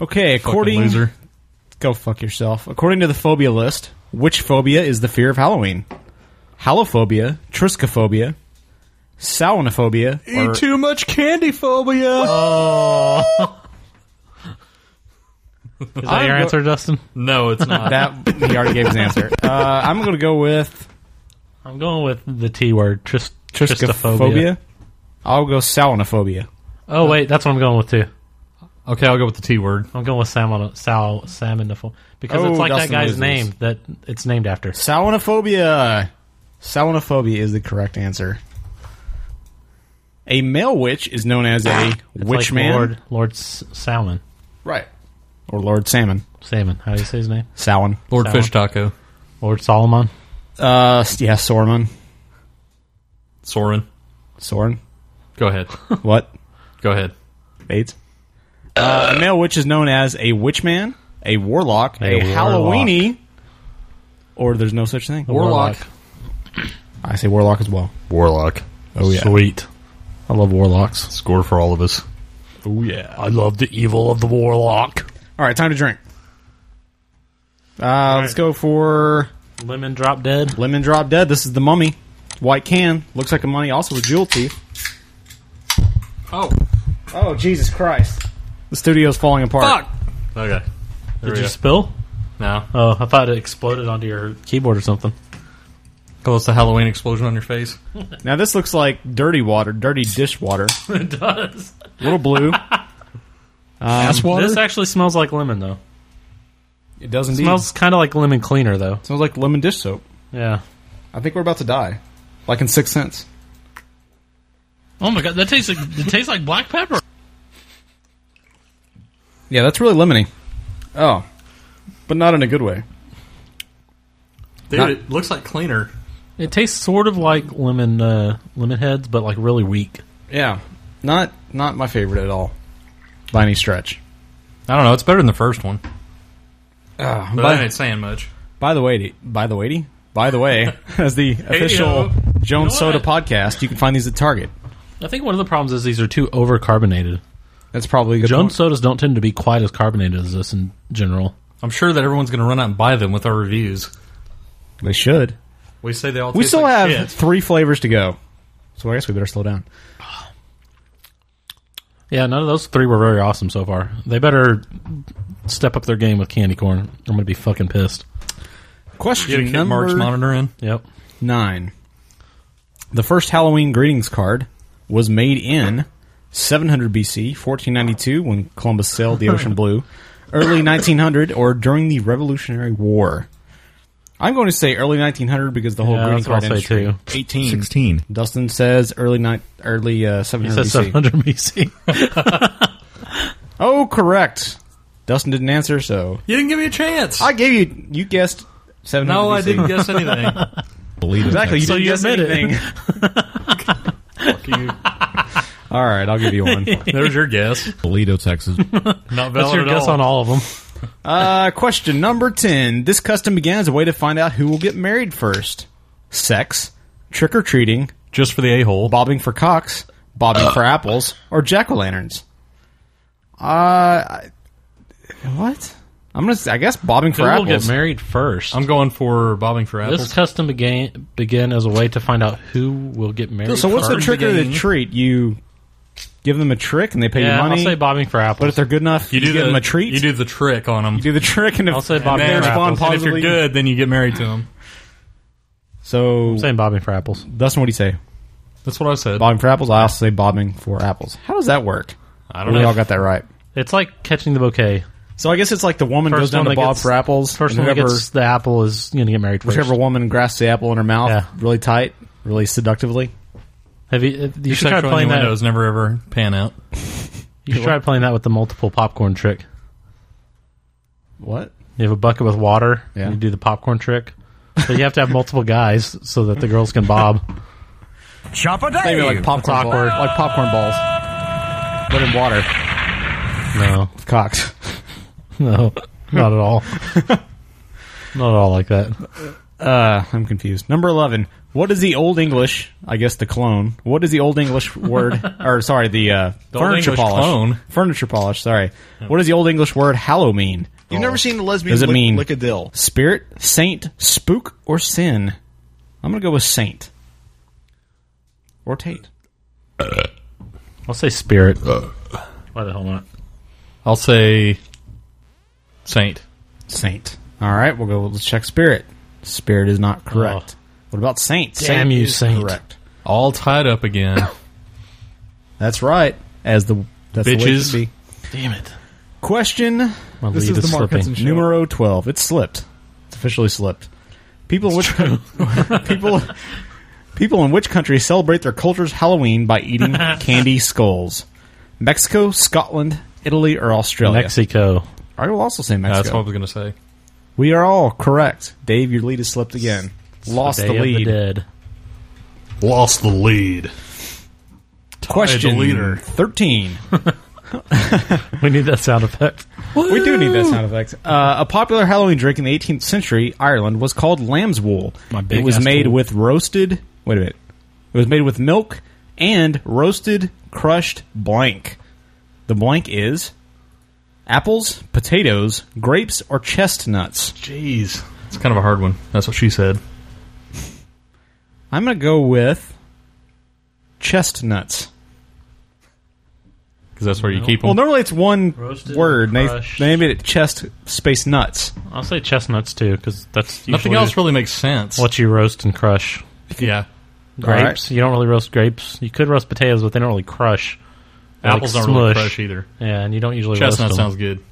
Speaker 3: Okay, according
Speaker 8: loser.
Speaker 3: Go fuck yourself. According to the phobia list, which phobia is the fear of Halloween? Halophobia, triskophobia, salinophobia,
Speaker 8: E
Speaker 3: or
Speaker 2: too much candy phobia. Uh,
Speaker 8: Is that your answer, Dustin?
Speaker 2: No, it's not.
Speaker 3: that he already gave his answer. Uh, I'm going to go with
Speaker 8: I'm going with the T word, tris-
Speaker 3: triskophobia. I'll go salinophobia.
Speaker 8: Oh, wait. That's what I'm going with, too.
Speaker 2: Okay, I'll go with the T word.
Speaker 8: I'm going with salmon, sal, salmon because
Speaker 3: Oh,
Speaker 8: it's like
Speaker 3: Dustin
Speaker 8: that guy's
Speaker 3: loses.
Speaker 8: name that it's named after.
Speaker 3: Salinophobia. Salinophobia is the correct answer. A male witch is known as a
Speaker 8: It's
Speaker 3: witch
Speaker 8: like
Speaker 3: man,
Speaker 8: Lord, Lord S- Salmon.
Speaker 3: right? Or Lord Salmon,
Speaker 8: Salmon. How do you say his name?
Speaker 3: Salmon,
Speaker 2: Lord
Speaker 8: Salmon.
Speaker 2: Fish Taco.
Speaker 8: Lord Solomon.
Speaker 3: uh, yeah, Sormon,
Speaker 2: Soren.
Speaker 3: Soren.
Speaker 2: Go ahead.
Speaker 3: What?
Speaker 2: go ahead.
Speaker 3: Bates? Uh, a male witch is known as a witch man, a warlock, a,
Speaker 8: A warlock.
Speaker 3: Halloweeny, or there's no such thing.
Speaker 2: Warlock.
Speaker 3: I say warlock as well.
Speaker 2: Warlock.
Speaker 3: Oh yeah,
Speaker 8: Sweet. I love warlocks.
Speaker 2: Score for all of us.
Speaker 3: oh yeah.
Speaker 8: I love the evil of the warlock.
Speaker 3: All right, time to drink. Uh, Let's go for
Speaker 8: Lemon drop dead.
Speaker 3: lemon drop dead. This is the mummy, white can. Looks like a mummy, also with jewel teeth.
Speaker 2: Oh,
Speaker 3: Oh Jesus Christ! The studio's falling apart.
Speaker 2: fuck. Okay.
Speaker 8: Did
Speaker 2: There we
Speaker 8: you
Speaker 2: go.
Speaker 8: spill?
Speaker 2: Now,
Speaker 8: Oh, I thought it exploded onto your keyboard or something.
Speaker 2: close the Halloween explosion on your face.
Speaker 3: Now this looks like dirty water, dirty dish water.
Speaker 8: it does.
Speaker 3: Little blue.
Speaker 2: Ass water.
Speaker 8: Um, This actually smells like lemon, though.
Speaker 3: it does indeed.
Speaker 8: Smells kind of like lemon cleaner, though.
Speaker 3: smells like lemon dish soap.
Speaker 8: Yeah.
Speaker 3: I think we're about to die. Like in Sixth Sense.
Speaker 8: Oh my god, that tastes like it tastes like black pepper.
Speaker 3: Yeah, that's really lemony. Oh. But not in a good way.
Speaker 2: Dude,
Speaker 3: Not-
Speaker 2: it looks like cleaner.
Speaker 8: It tastes sort of like lemon uh, lemon heads, but like really weak.
Speaker 3: Yeah. Not not my favorite at all. By any stretch.
Speaker 2: I don't know. It's better than the first one, but that
Speaker 3: by,
Speaker 2: ain't saying much.
Speaker 3: by the way, by the way, by the way, as the official Jones
Speaker 8: You know
Speaker 3: Soda
Speaker 8: what?
Speaker 3: podcast, you can find these at Target.
Speaker 8: I think one of the problems is these are too overcarbonated.
Speaker 3: That's probably a good
Speaker 8: Jones
Speaker 3: point.
Speaker 8: sodas don't tend to be quite as carbonated as this in general.
Speaker 2: I'm sure that everyone's going to run out and buy them with our reviews.
Speaker 3: They should.
Speaker 2: We say they all.
Speaker 3: We
Speaker 2: taste
Speaker 3: still
Speaker 2: like
Speaker 3: have
Speaker 2: shit.
Speaker 3: three flavors to go. So I guess we better slow down.
Speaker 8: Yeah, none of those three were very awesome so far. They better step up their game with candy corn. I'm gonna be fucking pissed.
Speaker 2: Get a
Speaker 3: Question
Speaker 2: Kit Marks
Speaker 3: number
Speaker 2: monitor in.
Speaker 8: Yep.
Speaker 3: nine. The first Halloween greetings card was made in 700 BC, 1492, when Columbus sailed the ocean blue, early 1900, or during the Revolutionary War. I'm going to say early 1900 because the whole
Speaker 8: Yeah,
Speaker 3: greeting
Speaker 8: that's what I'll
Speaker 3: card
Speaker 8: say
Speaker 3: industry.
Speaker 8: too.
Speaker 2: 18.
Speaker 11: 16.
Speaker 3: Dustin says early ni- early uh, 700
Speaker 8: Says
Speaker 3: BC.
Speaker 8: 700 BC.
Speaker 3: Oh, correct. Dustin didn't answer, so
Speaker 2: You didn't give me a chance.
Speaker 3: I gave you you guessed 700.
Speaker 2: no, I
Speaker 3: BC.
Speaker 2: didn't guess anything.
Speaker 11: Believe it.
Speaker 3: Exactly, you
Speaker 8: So
Speaker 3: didn't
Speaker 8: you
Speaker 3: guess
Speaker 8: admit it.
Speaker 3: anything. All right, I'll give you one.
Speaker 2: There's your guess.
Speaker 11: Toledo, Texas.
Speaker 2: Not valid
Speaker 8: That's your
Speaker 2: at
Speaker 8: guess
Speaker 2: all.
Speaker 8: on all of them.
Speaker 3: Uh, question number 10. This custom began as a way to find out who will get married first sex, trick or treating,
Speaker 2: Just for the a hole.
Speaker 3: bobbing for cocks, bobbing for apples, or jack o' lanterns. Uh, I- what? I'm gonna. s- I guess bobbing for
Speaker 8: Who will
Speaker 3: apples.
Speaker 8: get married first?
Speaker 2: I'm going for bobbing for apples.
Speaker 8: this custom began began as a way to find out who will get married.
Speaker 3: so what's the
Speaker 8: first.
Speaker 3: trick or the treat? You give them a trick and they pay
Speaker 8: Yeah,
Speaker 3: you money.
Speaker 8: I'll say bobbing for apples.
Speaker 3: but if they're good enough, you, give
Speaker 2: the,
Speaker 3: them a treat.
Speaker 2: You do the trick on them.
Speaker 3: do the trick, and if
Speaker 8: I'll say
Speaker 3: and
Speaker 8: bobbing
Speaker 3: they
Speaker 8: for
Speaker 3: respond
Speaker 8: apples. And
Speaker 2: and if
Speaker 3: positively,
Speaker 2: you're good, then you get married to them.
Speaker 3: So,
Speaker 8: saying bobbing for apples.
Speaker 3: Dustin, what do you say?
Speaker 2: That's what I said.
Speaker 3: Bobbing for apples. I also say bobbing for apples. How does that work?
Speaker 2: I don't
Speaker 3: we
Speaker 2: know.
Speaker 3: all got that right.
Speaker 8: It's like catching the bouquet.
Speaker 3: So I guess it's like the woman
Speaker 8: First
Speaker 3: goes down
Speaker 8: one that
Speaker 3: to bob
Speaker 8: gets-
Speaker 3: for apples.
Speaker 8: First
Speaker 3: and
Speaker 8: one that
Speaker 3: whoever,
Speaker 8: gets the apple is going to get married first.
Speaker 3: whichever woman grasps the apple in her mouth
Speaker 8: Yeah.
Speaker 3: really tight, really seductively.
Speaker 8: Have you? You
Speaker 2: Your
Speaker 8: should try
Speaker 2: sexual
Speaker 8: playing that.
Speaker 2: innuendos never ever pan out.
Speaker 8: You should try playing that with the multiple popcorn trick.
Speaker 3: What?
Speaker 8: You have a bucket with water.
Speaker 3: Yeah.
Speaker 8: And you do the popcorn trick. But you have to have multiple guys so that the girls can bob.
Speaker 3: Chopper
Speaker 8: Dave!
Speaker 3: Maybe like popcorn,
Speaker 8: That's awkward.
Speaker 3: balls. like popcorn balls, but in water.
Speaker 8: No.
Speaker 3: Cox.
Speaker 8: No, not at all. not at all like that.
Speaker 3: Uh, I'm confused. Number eleven. What is the Old English? I guess the clone. What is the Old English word? or sorry, the, uh,
Speaker 2: The Old
Speaker 3: furniture
Speaker 2: English
Speaker 3: polish.
Speaker 2: clone.
Speaker 3: Furniture polish. Sorry. What does the Old English word "hallow" mean?
Speaker 13: You've never seen the lesbian
Speaker 3: Does it
Speaker 13: lick-
Speaker 3: mean
Speaker 13: lickadill.
Speaker 3: Spirit, saint, spook, or sin? I'm gonna go with saint. Or Tate.
Speaker 8: I'll say spirit.
Speaker 2: Uh.
Speaker 8: Why the hell not?
Speaker 2: I'll say saint.
Speaker 3: Saint. All right, we'll go. Let's check spirit. Spirit is not correct. What about saint?
Speaker 8: Damn you,
Speaker 3: is
Speaker 8: saint.
Speaker 3: Correct.
Speaker 2: Oh. All tied up again.
Speaker 3: That's right. As the that's the way it
Speaker 2: Bitches.
Speaker 3: should be.
Speaker 8: Damn it.
Speaker 3: Question.
Speaker 8: My This lead is is the Mark slipping. Hudson show.
Speaker 3: Numero twelve. It's slipped. It's officially slipped. People in which people people in which country celebrate their culture's Halloween by eating candy skulls? Mexico, Scotland, Italy, or Australia?
Speaker 8: Mexico.
Speaker 3: I will also say Mexico.
Speaker 2: That's what I was going to say.
Speaker 3: We are all correct. Dave, your lead has slipped again. Lost
Speaker 8: Day
Speaker 3: the
Speaker 8: of
Speaker 3: lead.
Speaker 8: dead.
Speaker 2: Lost the lead.
Speaker 3: Question
Speaker 2: leader.
Speaker 3: 13.
Speaker 8: We need that sound effect.
Speaker 3: we do need that sound effect. Uh, a popular Halloween drink in the 18th century Ireland was called lamb's wool.
Speaker 8: My big
Speaker 3: It was
Speaker 8: ass
Speaker 3: made
Speaker 8: wool.
Speaker 3: with roasted. Wait a minute. It was made with milk and roasted crushed blank. The blank is apples, potatoes, grapes, or chestnuts.
Speaker 2: Jeez. It's kind of a hard one. That's what she said.
Speaker 3: I'm going to go with chestnuts.
Speaker 2: Because that's where you keep
Speaker 3: Well,
Speaker 2: them.
Speaker 3: normally it's one
Speaker 8: Roasted,
Speaker 3: word. and They,
Speaker 8: crushed.
Speaker 3: they made it chest space nuts.
Speaker 8: I'll say chestnuts too, because that's
Speaker 2: Nothing
Speaker 8: usually
Speaker 2: else really makes sense.
Speaker 8: what you roast and crush.
Speaker 2: Yeah.
Speaker 3: right.
Speaker 8: Grapes. You don't really roast grapes. You could roast potatoes, but they don't really crush. They're like
Speaker 2: Apples don't really
Speaker 8: smush.
Speaker 2: crush either.
Speaker 8: Yeah, and you don't usually
Speaker 2: Chestnut
Speaker 8: roast them.
Speaker 2: sounds good.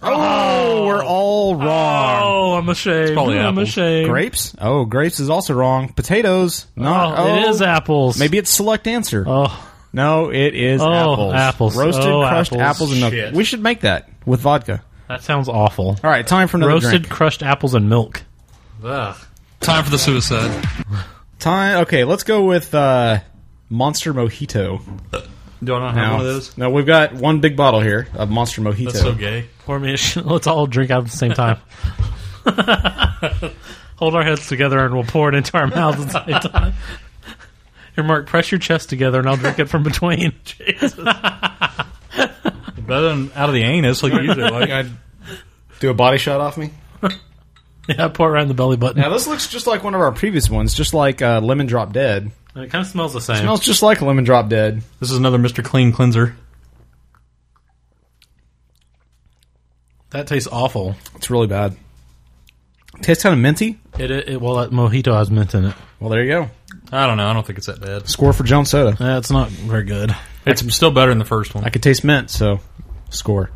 Speaker 3: Oh, we're all wrong.
Speaker 8: Oh, I'm ashamed.
Speaker 2: probably
Speaker 8: I'm
Speaker 2: apples.
Speaker 8: ashamed.
Speaker 3: Grapes? Oh, grapes is also wrong. Potatoes?
Speaker 8: Oh,
Speaker 3: Not. Oh,
Speaker 8: it is apples.
Speaker 3: Maybe it's select answer.
Speaker 8: Oh,
Speaker 3: No, it is
Speaker 8: Oh,
Speaker 3: apples.
Speaker 8: apples.
Speaker 3: Roasted,
Speaker 8: Oh,
Speaker 3: crushed
Speaker 8: apples.
Speaker 3: apples, and milk.
Speaker 2: Shit.
Speaker 3: We should make that with vodka.
Speaker 8: that sounds awful.
Speaker 3: All right, time for another
Speaker 8: Roasted
Speaker 3: drink.
Speaker 8: crushed apples and milk.
Speaker 2: Ugh. Time for the suicide.
Speaker 3: Time. Okay, let's go with uh, Monster Mojito.
Speaker 2: Do I not have
Speaker 3: Now,
Speaker 2: one of those?
Speaker 3: no, we've got one big bottle here of Monster Mojito.
Speaker 2: That's so gay.
Speaker 8: Pour me a sh- Let's all drink out at the same time. Hold our heads together and we'll pour it into our mouths at the same time. Here, Mark, press your chest together and I'll drink it from between.
Speaker 2: Better than out of the anus, like you usually like. I,
Speaker 3: Do a body shot off me?
Speaker 8: yeah, pour it around the belly button.
Speaker 3: Now, this looks just like one of our previous ones, just like uh, Lemon Drop Dead.
Speaker 8: And it kind of smells the same.
Speaker 3: Smells just like Lemon Drop Dead.
Speaker 2: this is another Mr. Clean cleanser.
Speaker 8: that tastes awful.
Speaker 3: It's really bad. Tastes kind of minty.
Speaker 8: It, it, it well, that mojito has mint in it.
Speaker 3: Well, there you go.
Speaker 2: I don't know. I don't think it's that bad.
Speaker 3: Score for John Soda.
Speaker 8: That's not very good.
Speaker 2: It's still better than the first one.
Speaker 3: I could taste mint, so score.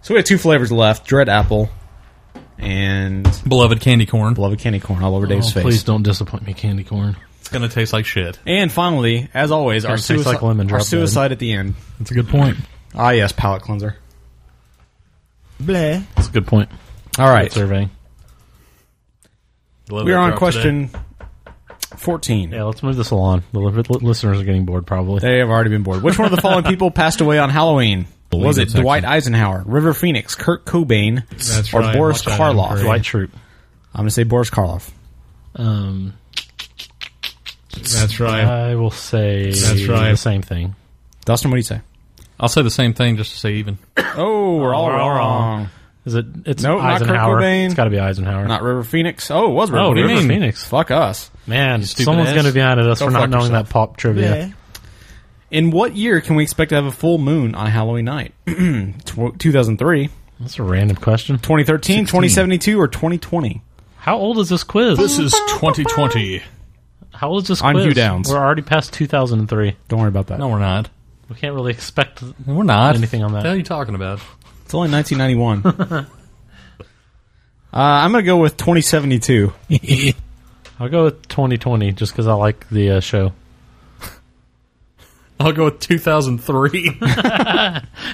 Speaker 3: So we have two flavors left: dread apple and
Speaker 2: Beloved candy corn.
Speaker 3: beloved candy corn all over Dave's face.
Speaker 8: Oh, please don't disappoint me, candy corn.
Speaker 2: It's gonna taste like shit.
Speaker 3: And finally, as always, our
Speaker 8: Kinda tastes
Speaker 3: suicide,
Speaker 8: like lemon
Speaker 3: our
Speaker 8: drop
Speaker 3: suicide at the end.
Speaker 2: That's a good point.
Speaker 3: Ah, yes, palate cleanser.
Speaker 11: Bleh.
Speaker 8: That's a good point.
Speaker 3: All right,
Speaker 8: Good surveying.
Speaker 3: we are on question fourteen.
Speaker 8: Yeah, let's move this along. The li- li- listeners are getting bored, probably.
Speaker 3: They have already been bored. Which one of the following people passed away on Halloween?
Speaker 11: Believe
Speaker 3: Was it
Speaker 11: it's actually-
Speaker 3: Dwight Eisenhower, River Phoenix, Kurt Cobain,
Speaker 2: That's
Speaker 3: or
Speaker 2: right.
Speaker 3: Boris
Speaker 2: Watch out,
Speaker 3: Karloff?
Speaker 8: Dwight Schrute.
Speaker 3: I'm going to say Boris Karloff.
Speaker 8: Um,
Speaker 11: That's right.
Speaker 8: I will say
Speaker 11: That's right.
Speaker 8: the same thing.
Speaker 3: Dustin, what do you say?
Speaker 2: I'll say the same thing just to say even.
Speaker 3: Oh, we're all
Speaker 8: we're all
Speaker 3: wrong.
Speaker 8: Is it? It's
Speaker 3: Nope, not Kurt
Speaker 8: Eisenhower.
Speaker 3: Cobain.
Speaker 8: It's got to be Eisenhower.
Speaker 3: Not River Phoenix. Oh, it was River
Speaker 8: oh,
Speaker 2: do you
Speaker 3: Phoenix.
Speaker 8: River
Speaker 2: mean?
Speaker 8: Phoenix.
Speaker 3: Fuck us.
Speaker 8: Man,
Speaker 2: stupid
Speaker 8: someone's
Speaker 2: ass.
Speaker 8: going to be on at us
Speaker 3: Go
Speaker 8: for not
Speaker 3: fuck
Speaker 8: knowing
Speaker 3: yourself.
Speaker 8: that pop trivia.
Speaker 11: Bleh.
Speaker 3: In what year can we expect to have a full moon on Halloween night? Tw- 2003,
Speaker 8: That's a random question.
Speaker 3: 2013, 2072, or 2020?
Speaker 8: How old is this quiz?
Speaker 2: This is 2020.
Speaker 8: How old is this
Speaker 3: I'm
Speaker 8: quiz?
Speaker 3: Hugh Downs.
Speaker 8: We're already past 2003.
Speaker 3: Don't worry about that.
Speaker 2: No, we're not.
Speaker 8: We can't really expect.
Speaker 2: We're not.
Speaker 8: Anything on that.
Speaker 2: What the hell are you talking about?
Speaker 3: It's only 1991. uh, I'm going to go with 2072.
Speaker 8: I'll go with 2020 just because I like the uh, show.
Speaker 2: I'll go with 2003.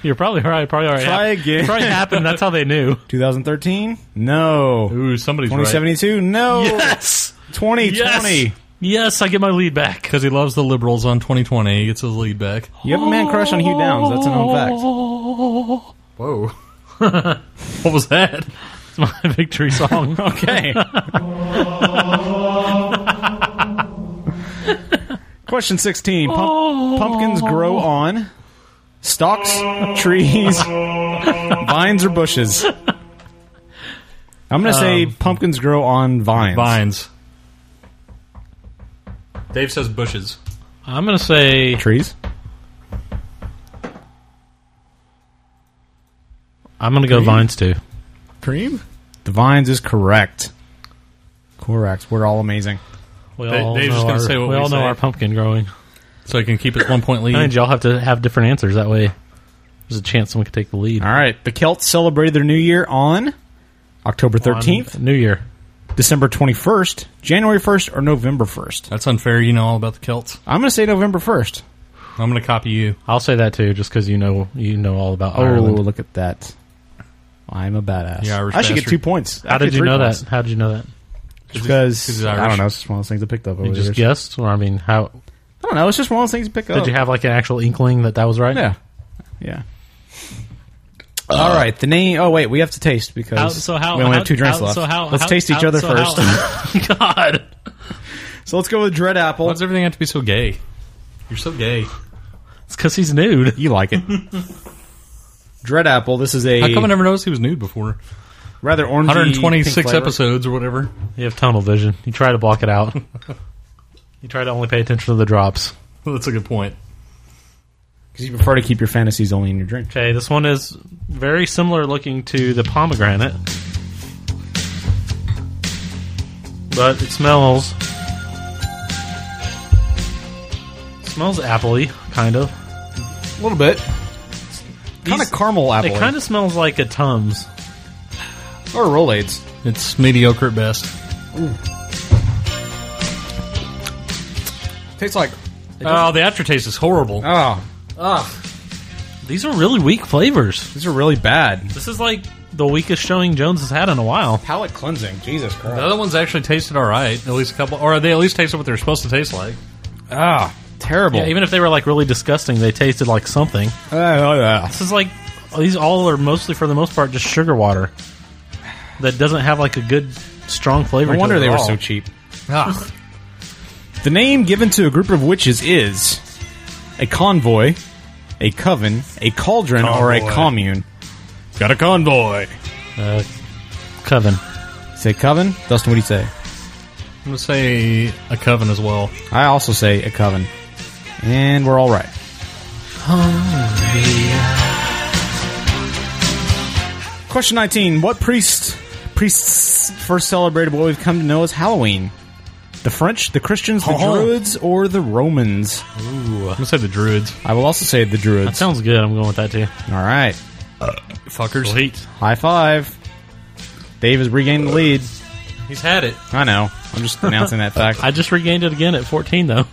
Speaker 8: You're probably right. Probably already.
Speaker 3: Try
Speaker 8: hap-
Speaker 3: again.
Speaker 8: Probably happened. That's how they knew.
Speaker 3: 2013? No.
Speaker 2: Ooh, somebody's
Speaker 8: right.
Speaker 3: 2072? No.
Speaker 8: Yes.
Speaker 3: 2020.
Speaker 2: Yes. Yes, I get my lead back because he loves the liberals on 2020. He gets his lead back.
Speaker 3: You have a man crush on Hugh Downs. That's an known fact.
Speaker 8: Oh.
Speaker 2: Whoa. what was that?
Speaker 8: It's my victory song.
Speaker 3: Okay. Question 16. Pump- Pumpkins grow on stalks, trees, vines, or bushes? I'm going to say
Speaker 2: Um,
Speaker 3: pumpkins grow on vines.
Speaker 2: Vines. Dave says bushes.
Speaker 8: I'm gonna say
Speaker 3: trees.
Speaker 8: I'm gonna go
Speaker 11: Cream?
Speaker 8: vines too.
Speaker 11: Cream?
Speaker 3: The vines is correct. Correct. We're all amazing.
Speaker 8: We
Speaker 2: They-
Speaker 8: all
Speaker 2: they're
Speaker 8: know,
Speaker 2: just gonna
Speaker 8: our,
Speaker 2: say what
Speaker 8: we
Speaker 2: we
Speaker 8: all know
Speaker 2: say.
Speaker 8: our pumpkin growing.
Speaker 2: So he can keep his one point
Speaker 8: I think
Speaker 2: lead.
Speaker 8: y'all have to have different answers. That way, there's a chance someone could take the lead.
Speaker 3: All right. The Celts celebrated their new year on October 13th,
Speaker 8: New Year.
Speaker 3: December 21st, January 1st, or November 1st.
Speaker 2: That's unfair. You know all about the Celts.
Speaker 3: I'm going to say November 1st.
Speaker 2: I'm going to copy you.
Speaker 8: I'll say that too, just because you know you know all about
Speaker 3: Oh,
Speaker 8: Ireland.
Speaker 3: look at that. I'm a badass.
Speaker 2: You Irish
Speaker 3: I should get
Speaker 2: bastard.
Speaker 3: two points.
Speaker 8: How did you know that? How did you know that?
Speaker 3: Because,
Speaker 2: he's Irish.
Speaker 3: I don't know, it's just one of those things I picked up over
Speaker 8: You
Speaker 3: the
Speaker 8: just
Speaker 3: years.
Speaker 8: guessed, or I mean, how
Speaker 3: I don't know, it's just one of those things I picked up.
Speaker 8: did you have like an actual inkling that that was right?
Speaker 3: Yeah. Yeah. All right, the name. Oh wait, we have to taste because
Speaker 8: How- so how-
Speaker 3: we only
Speaker 8: how-
Speaker 3: have two drinks
Speaker 8: how-
Speaker 3: left.
Speaker 8: so how-
Speaker 3: let's
Speaker 8: how-
Speaker 3: taste each
Speaker 8: how-
Speaker 3: other
Speaker 8: so how-
Speaker 3: first.
Speaker 8: God.
Speaker 3: so let's go with dread apple.
Speaker 2: Why does everything have to be so gay? You're so gay.
Speaker 8: It's because he's nude.
Speaker 3: You like it? dread apple. This is a
Speaker 2: How come I never noticed he was nude before?
Speaker 3: rather orangey.
Speaker 2: 126
Speaker 3: pink flavor.
Speaker 2: episodes or whatever.
Speaker 8: You have tunnel vision. You try to block it out. you try to only pay attention to the drops.
Speaker 2: Well, that's a good point.
Speaker 3: Because you prefer to keep your fantasies only in your drink.
Speaker 8: Okay, this one is very similar looking to the pomegranate, but it smells smells appley, kind of.
Speaker 3: A little bit, kind of
Speaker 8: These-
Speaker 3: caramel apple,
Speaker 8: It kind of smells like a Tums.
Speaker 3: or Rolades.
Speaker 2: It's mediocre at best.
Speaker 3: Tastes like
Speaker 2: Oh, the aftertaste is horrible.
Speaker 3: oh,
Speaker 8: These are really weak flavors.
Speaker 3: these are really bad.
Speaker 8: This is like the weakest showing Jones has had in a while.
Speaker 3: Palate cleansing, Jesus
Speaker 2: The
Speaker 3: Christ!
Speaker 2: other ones actually tasted all right, at least a couple, or they at least tasted what they're supposed to taste like.
Speaker 3: Ah, terrible.
Speaker 8: Yeah, even if they were like really disgusting, they tasted like something.
Speaker 3: Ah,
Speaker 8: This is like these all are mostly for the most part just sugar water that doesn't have like a good strong flavor.
Speaker 3: no
Speaker 8: to
Speaker 3: wonder
Speaker 8: it
Speaker 3: they
Speaker 8: at
Speaker 3: were
Speaker 8: all.
Speaker 3: so cheap.
Speaker 2: Ah,
Speaker 3: The name given to a group of witches is a convoy, a coven, a cauldron, or a
Speaker 2: Convoy.
Speaker 3: commune. Got a convoy.
Speaker 8: Uh, Coven.
Speaker 3: Say coven. Dustin, what do you say?
Speaker 2: I'm gonna say a coven as well.
Speaker 3: I also say a coven. And we're all right. Question 19. What priest priests first celebrated what we've come to know as Halloween? The French, the Christians, the
Speaker 2: Oh.
Speaker 3: Druids, or the Romans?
Speaker 2: I'm gonna say the druids.
Speaker 3: I will also say the
Speaker 8: That
Speaker 3: Druids. All
Speaker 8: sounds good. I'm going with that too.
Speaker 3: right.
Speaker 2: Fuckers.
Speaker 3: High five. Dave has regained the lead.
Speaker 2: He's had it.
Speaker 3: I know. I'm just announcing that fact.
Speaker 8: I just regained it again at 14 though.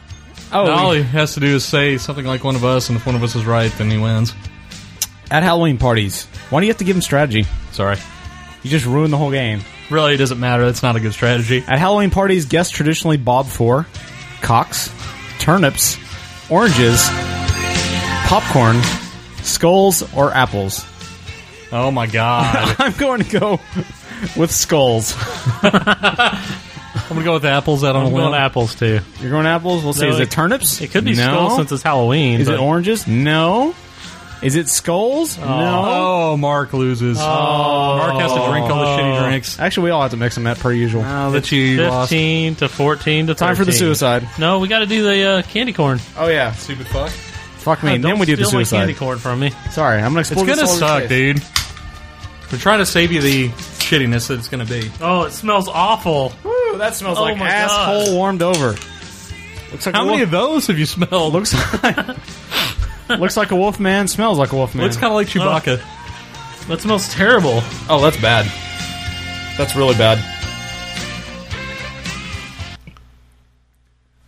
Speaker 3: oh,
Speaker 2: All he has to do is say something like one of us, and if one of us is right, then he wins.
Speaker 3: at Halloween parties. Why do you have to give him strategy?
Speaker 2: Sorry.
Speaker 3: You just ruined the whole game.
Speaker 2: Really, it doesn't matter. That's not a good strategy.
Speaker 3: At Halloween parties, guests traditionally bob for cocks, turnips, oranges, popcorn, skulls, or apples.
Speaker 2: Oh my god.
Speaker 3: I'm going to go with skulls.
Speaker 2: I'm gonna go with the apples out on
Speaker 8: I'm
Speaker 2: a
Speaker 8: going
Speaker 2: limb.
Speaker 8: apples too.
Speaker 3: You're going apples? We'll see.
Speaker 8: No,
Speaker 3: Is it
Speaker 8: it-
Speaker 3: turnips?
Speaker 8: It could be
Speaker 3: no.
Speaker 8: skulls since it's Halloween.
Speaker 3: Is it
Speaker 8: but-
Speaker 3: oranges? No. Is it skulls? No.
Speaker 2: Oh, Mark loses.
Speaker 8: Oh.
Speaker 2: Mark has to drink all the shitty drinks.
Speaker 3: Actually, we all have to mix them up per usual.
Speaker 2: Now that Oh, you lost.
Speaker 8: 15 to 14 to 13.
Speaker 3: Time for the suicide.
Speaker 8: No, we got to do the uh, candy corn.
Speaker 3: Oh yeah,
Speaker 2: Stupid fuck.
Speaker 3: fuck me.
Speaker 8: Uh,
Speaker 3: and then
Speaker 8: don't
Speaker 3: we do the
Speaker 8: steal my candy
Speaker 3: suicide.
Speaker 8: corn from me.
Speaker 3: Sorry, I'm gonna
Speaker 2: It's
Speaker 3: explode.
Speaker 2: gonna
Speaker 3: this all over
Speaker 2: suck,
Speaker 3: your face.
Speaker 2: dude. We're trying to save you the shittiness that it's gonna be.
Speaker 8: Oh, it smells awful.
Speaker 3: Ooh, that smells
Speaker 8: Oh
Speaker 3: like
Speaker 8: my
Speaker 3: asshole
Speaker 8: God.
Speaker 3: warmed over. Looks like
Speaker 2: How
Speaker 3: a
Speaker 2: many
Speaker 3: wolf,
Speaker 2: of those have you smelled?
Speaker 3: looks like looks like a wolf man. Smells like a wolf man.
Speaker 2: Looks kind of like Chewbacca.
Speaker 8: That smells terrible.
Speaker 3: oh, that's bad. That's really bad.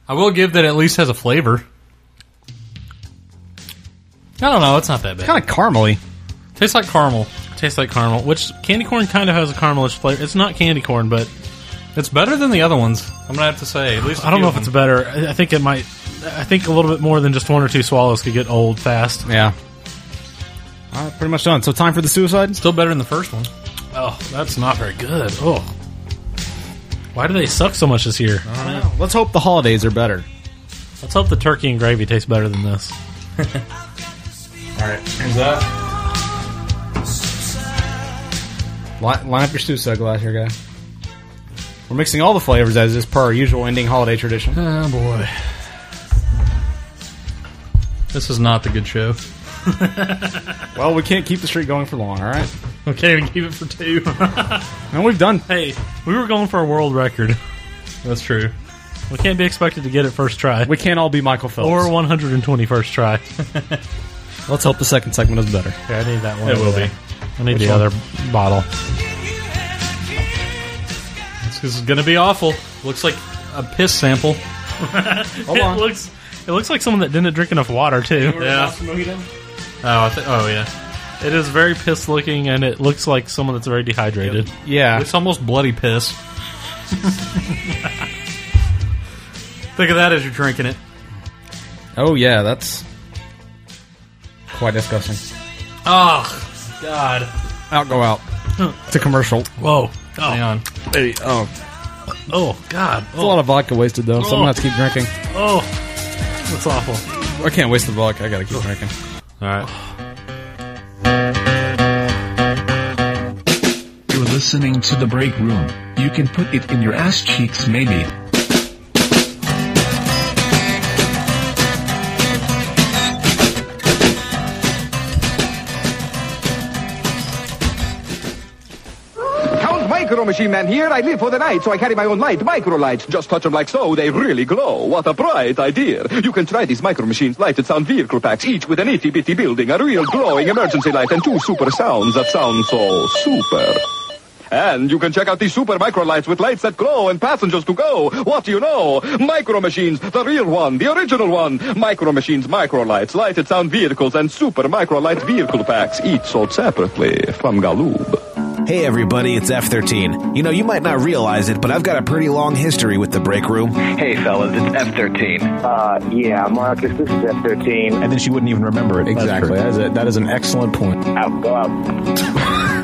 Speaker 2: I will give that it at least has a flavor. I don't know. It's not that bad.
Speaker 3: kind of caramely.
Speaker 2: Tastes like caramel.
Speaker 8: Tastes like caramel, which candy corn kind of has a caramelish flavor. It's not candy corn, but
Speaker 2: it's better than the other ones. I'm gonna have to say at least. I
Speaker 8: I don't know if it's better. I I think it might. I think a little bit more than just one or two swallows could get old fast.
Speaker 3: Yeah. All right, pretty much done. So time for the suicide.
Speaker 2: Still better than the first one.
Speaker 8: Oh, that's not very good. Oh, why do they suck so much this year?
Speaker 3: Let's hope the holidays are better.
Speaker 8: Let's hope the turkey and gravy tastes better than this.
Speaker 2: All right, here's that.
Speaker 3: Line, line up your suicide glass here, guy. We're mixing all the flavors as is per our usual ending holiday tradition.
Speaker 2: Oh boy, this is not the good show.
Speaker 3: Well, we can't keep the streak going for long, all right?
Speaker 8: We can't even keep it for two.
Speaker 3: And we've done.
Speaker 8: hey, we were going for a world record.
Speaker 2: That's true.
Speaker 8: We can't be expected to get it first try
Speaker 3: We can't all be Michael Phelps.
Speaker 8: or 121st try.
Speaker 3: Let's hope the second segment is better.
Speaker 8: Yeah, I need that one.
Speaker 2: It will be.
Speaker 8: I need
Speaker 3: Which
Speaker 8: the
Speaker 3: one?
Speaker 8: other bottle.
Speaker 2: This is gonna be awful. Looks like a piss sample.
Speaker 3: Hold
Speaker 8: It looks. It looks like someone that didn't drink enough water too.
Speaker 2: Yeah. Oh, I th- oh yeah.
Speaker 8: It is very piss looking, and it looks like someone that's very dehydrated.
Speaker 3: Yeah.
Speaker 2: It's almost bloody piss. Think of that as you're drinking it.
Speaker 3: Oh, yeah, that's quite disgusting.
Speaker 2: Oh,
Speaker 8: Ah.
Speaker 2: God.
Speaker 3: Out, go out. It's a commercial. It's
Speaker 8: Whoa! Oh,
Speaker 2: Hang on.
Speaker 3: Hey, oh.
Speaker 8: oh God!
Speaker 3: a lot of vodka wasted, though, so I'm going to have to keep drinking.
Speaker 8: Oh, that's awful.
Speaker 3: I can't waste the vodka. I got to keep drinking.
Speaker 2: All right.
Speaker 6: You're listening to the break room. You can put it in your ass cheeks, maybe.
Speaker 13: Count Micro Machine Man here. I live for the night, so I carry my own light, micro lights. Just touch them like so, they really glow. What a bright idea. You can try these micro machines lighted sound vehicle packs, each with an itty bitty building, a real glowing emergency light, and two super sounds that sound so super. And you can check out these super micro lights with lights that glow and passengers to go. What do you know? Micro machines, the real one, the original one. Micro machines, micro lights, lighted sound vehicles, and super micro light vehicle packs, each sold separately from Galoob.
Speaker 14: Hey everybody, it's F13. You know, you might not realize it, but I've got a pretty long history with the break room. Hey fellas, it's F13. Uh, yeah, Marcus, this is F13. And then she wouldn't even remember it.
Speaker 15: Exactly. That is, a, that is an excellent point.
Speaker 14: Out, go out.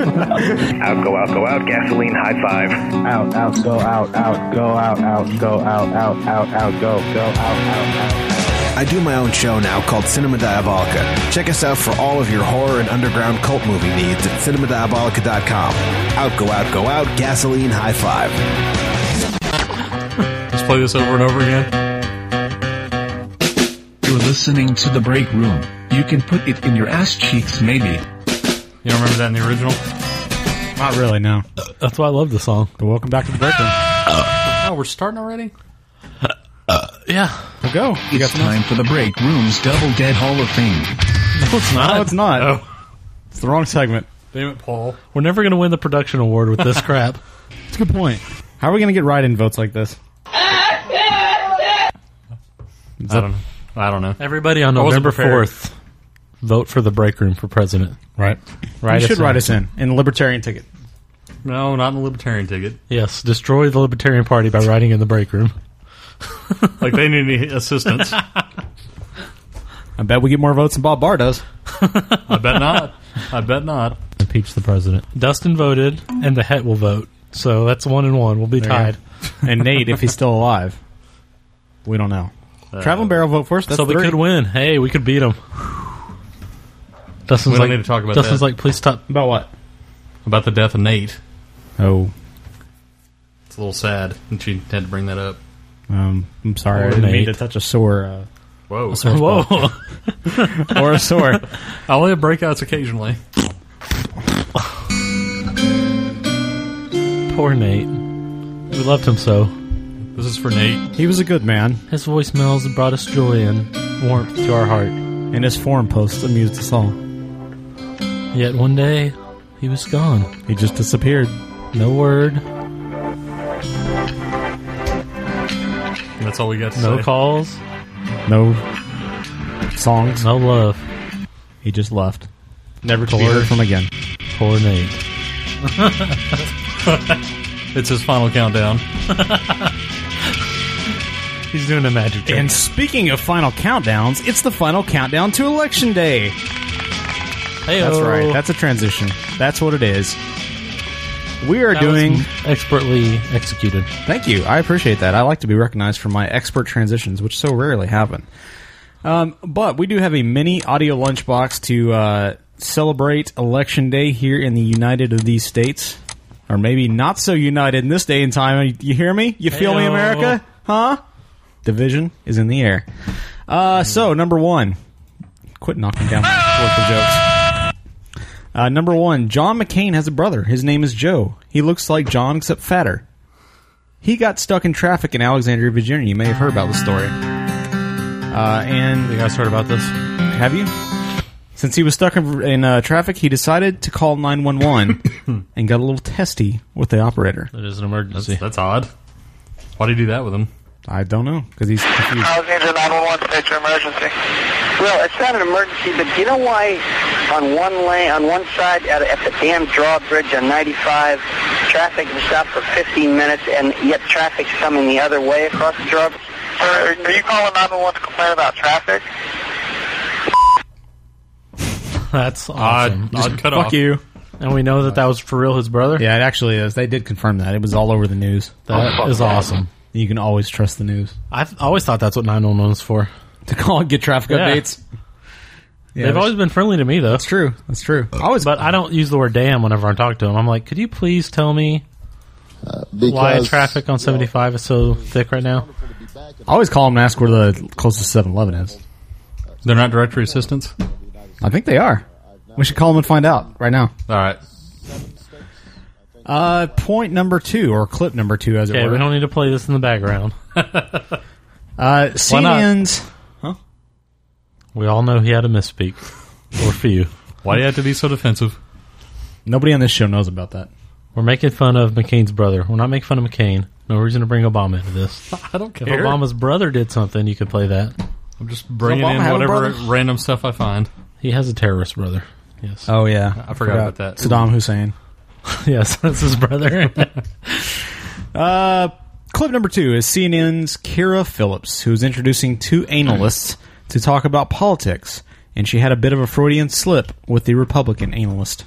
Speaker 14: out, go out, go out. Gasoline, high five. Out, out, go out, out, go out, out, go out, out, out, out, go, go, out, out, out. I do my own show now called Cinema Diabolica. Check us out for all of your horror and underground cult movie needs at cinemadiabolica.com. Out, go out, go out. Gasoline, high five.
Speaker 2: Let's play this over and over again.
Speaker 6: You're listening to the break room. You can put it in your ass cheeks, maybe.
Speaker 2: You don't remember that in the original?
Speaker 3: Not really, no.
Speaker 8: That's why I love the song.
Speaker 3: But welcome back to the break room.
Speaker 2: Oh, we're starting already?
Speaker 8: Yeah,
Speaker 3: We'll go. You got
Speaker 6: Uh, It's
Speaker 3: some else?
Speaker 6: time for the break room's Double Dead Hall of Fame.
Speaker 8: no, it's not. Oh.
Speaker 3: No, it's not. It's the wrong segment.
Speaker 2: Damn it, Paul.
Speaker 8: We're never going to win the production award with this crap.
Speaker 3: It's a good point. How are we going to get write-in votes like this?
Speaker 2: I don't know. I don't know.
Speaker 8: Everybody on
Speaker 2: I wasn't
Speaker 8: November
Speaker 2: prepared.
Speaker 8: fourth, vote for the break room for president.
Speaker 3: Right.
Speaker 8: Right.
Speaker 3: you should write us in in libertarian ticket.
Speaker 2: No, not in the Libertarian ticket.
Speaker 8: Yes, destroy the Libertarian Party by writing in the break room.
Speaker 2: Like, they need any assistance. I
Speaker 3: I bet we get more votes than Bob Barr does.
Speaker 2: bet not. I bet not.
Speaker 8: Impeach the president. Dustin voted, and the het will vote. So that's one and one. We'll be
Speaker 3: you
Speaker 8: tied.
Speaker 3: And Nate, if he's still alive, we don't know. Traveling Barrel vote first. That's
Speaker 8: Uh, so we
Speaker 3: three.
Speaker 8: could win. Hey, we could beat them. Dustin's
Speaker 2: We don't
Speaker 8: like,
Speaker 2: need to talk about
Speaker 8: Dustin's
Speaker 2: that.
Speaker 8: like, please stop.
Speaker 3: About what?
Speaker 2: About the death of Nate.
Speaker 3: Oh,
Speaker 2: It's a little sad that you had to bring that up.
Speaker 3: um, I'm sorry. I didn't mean
Speaker 8: Nate.
Speaker 3: to touch a sore uh,
Speaker 2: Whoa.
Speaker 8: Whoa!
Speaker 3: or a sore.
Speaker 2: Oh, I only have breakouts occasionally.
Speaker 8: Poor Nate. We loved him so.
Speaker 2: This is for Nate.
Speaker 3: he was a good man,
Speaker 8: His voicemails brought us joy and warmth to our heart.
Speaker 3: and his forum posts amused us all.
Speaker 8: Yet one day, he was gone.
Speaker 3: He just disappeared.
Speaker 8: No word,
Speaker 2: That's all we got to
Speaker 8: no
Speaker 2: say.
Speaker 8: calls,
Speaker 3: No songs.
Speaker 8: no love.
Speaker 3: He just left.
Speaker 2: Never
Speaker 3: to be heard from again.
Speaker 8: Poor Nate.
Speaker 2: it's his final countdown.
Speaker 8: He's doing a magic trick.
Speaker 3: And speaking of final countdowns, it's the final countdown to election day. That's right. That's a transition. That's what it is. We are
Speaker 8: That was
Speaker 3: doing
Speaker 8: m- expertly executed.
Speaker 3: Thank you. I appreciate that. I like to be recognized for my expert transitions, which so rarely happen. Um, but we do have a mini audio lunchbox to uh, celebrate Election Day here in the United of these states, or maybe not so united in this day and time. You hear me? You feel me,
Speaker 8: Heyo.
Speaker 3: America? Huh? Division is in the air. Uh, so number one, quit knocking down my political jokes. Uh, number one, John McCain has a brother. His name is Joe. He looks like John except fatter. He got stuck in traffic in Alexandria, Virginia. You may have heard about this story. Uh, and you guys heard about this? Have you? Since he was stuck in, in uh, traffic, he decided to call nine one one and got a little testy with the operator.
Speaker 8: That is an emergency.
Speaker 2: That's, that's odd. Why did he do that with him?
Speaker 3: I don't know because he's confused.
Speaker 16: Alexandria 911, state your emergency. Well, it's not an emergency, but do you know why on one lane, on one side at, at the damn drawbridge on 95, traffic has stopped for 15 minutes, and yet traffic's coming the other way across the drawbridge? Sir, are you calling 911 to complain about traffic?
Speaker 8: That's awesome.
Speaker 2: Odd- odd cutoff.
Speaker 3: Fuck you.
Speaker 8: And we know that that was for real his brother.
Speaker 3: Yeah, it actually is. They did confirm that. It was all over the news.
Speaker 8: That Oh, fuck is that. awesome.
Speaker 3: You can always trust the news.
Speaker 8: I've always thought that's what 911 is for.
Speaker 3: To call and get traffic updates. Yeah,
Speaker 8: They've
Speaker 3: that's-
Speaker 8: always been friendly to me, though. That's
Speaker 3: true. That's true.
Speaker 2: Uh,
Speaker 3: Always,
Speaker 8: but I don't use the word "damn" whenever I talk to them. I'm like, could you please tell me
Speaker 2: Uh,
Speaker 8: why
Speaker 3: because-
Speaker 8: traffic on 75 is so thick right now?
Speaker 3: I always call them and ask where the closest 7-Eleven is.
Speaker 2: They're not directory assistants.
Speaker 3: I think they are. We should call them and find out right now.
Speaker 2: All right.
Speaker 3: Uh, point number two, or clip number two, as
Speaker 8: Okay,
Speaker 3: it
Speaker 8: we
Speaker 3: were.
Speaker 8: don't need to play this in the background.
Speaker 3: Uh,
Speaker 8: Why not?
Speaker 3: CNN's. Huh?
Speaker 8: We all know he had a misspeak, or few.
Speaker 2: Why do you have to be so defensive?
Speaker 3: Nobody on this show knows about that.
Speaker 8: We're making fun of McCain's brother. We're not making fun of McCain. No reason to bring Obama into this.
Speaker 2: I don't
Speaker 8: If Obama's brother did something, you could play that.
Speaker 2: I'm just bringing
Speaker 8: Obama
Speaker 2: in
Speaker 8: have a
Speaker 2: whatever
Speaker 8: brother?
Speaker 2: random stuff I find.
Speaker 8: He has a terrorist brother. Yes.
Speaker 3: Oh yeah,
Speaker 2: I forgot about that.
Speaker 3: Saddam Hussein.
Speaker 8: yes, that's his brother.
Speaker 3: Uh, clip number two is CNN's Kira Phillips, who is introducing two analysts to talk about politics, and she had a bit of a Freudian slip with the Republican analyst.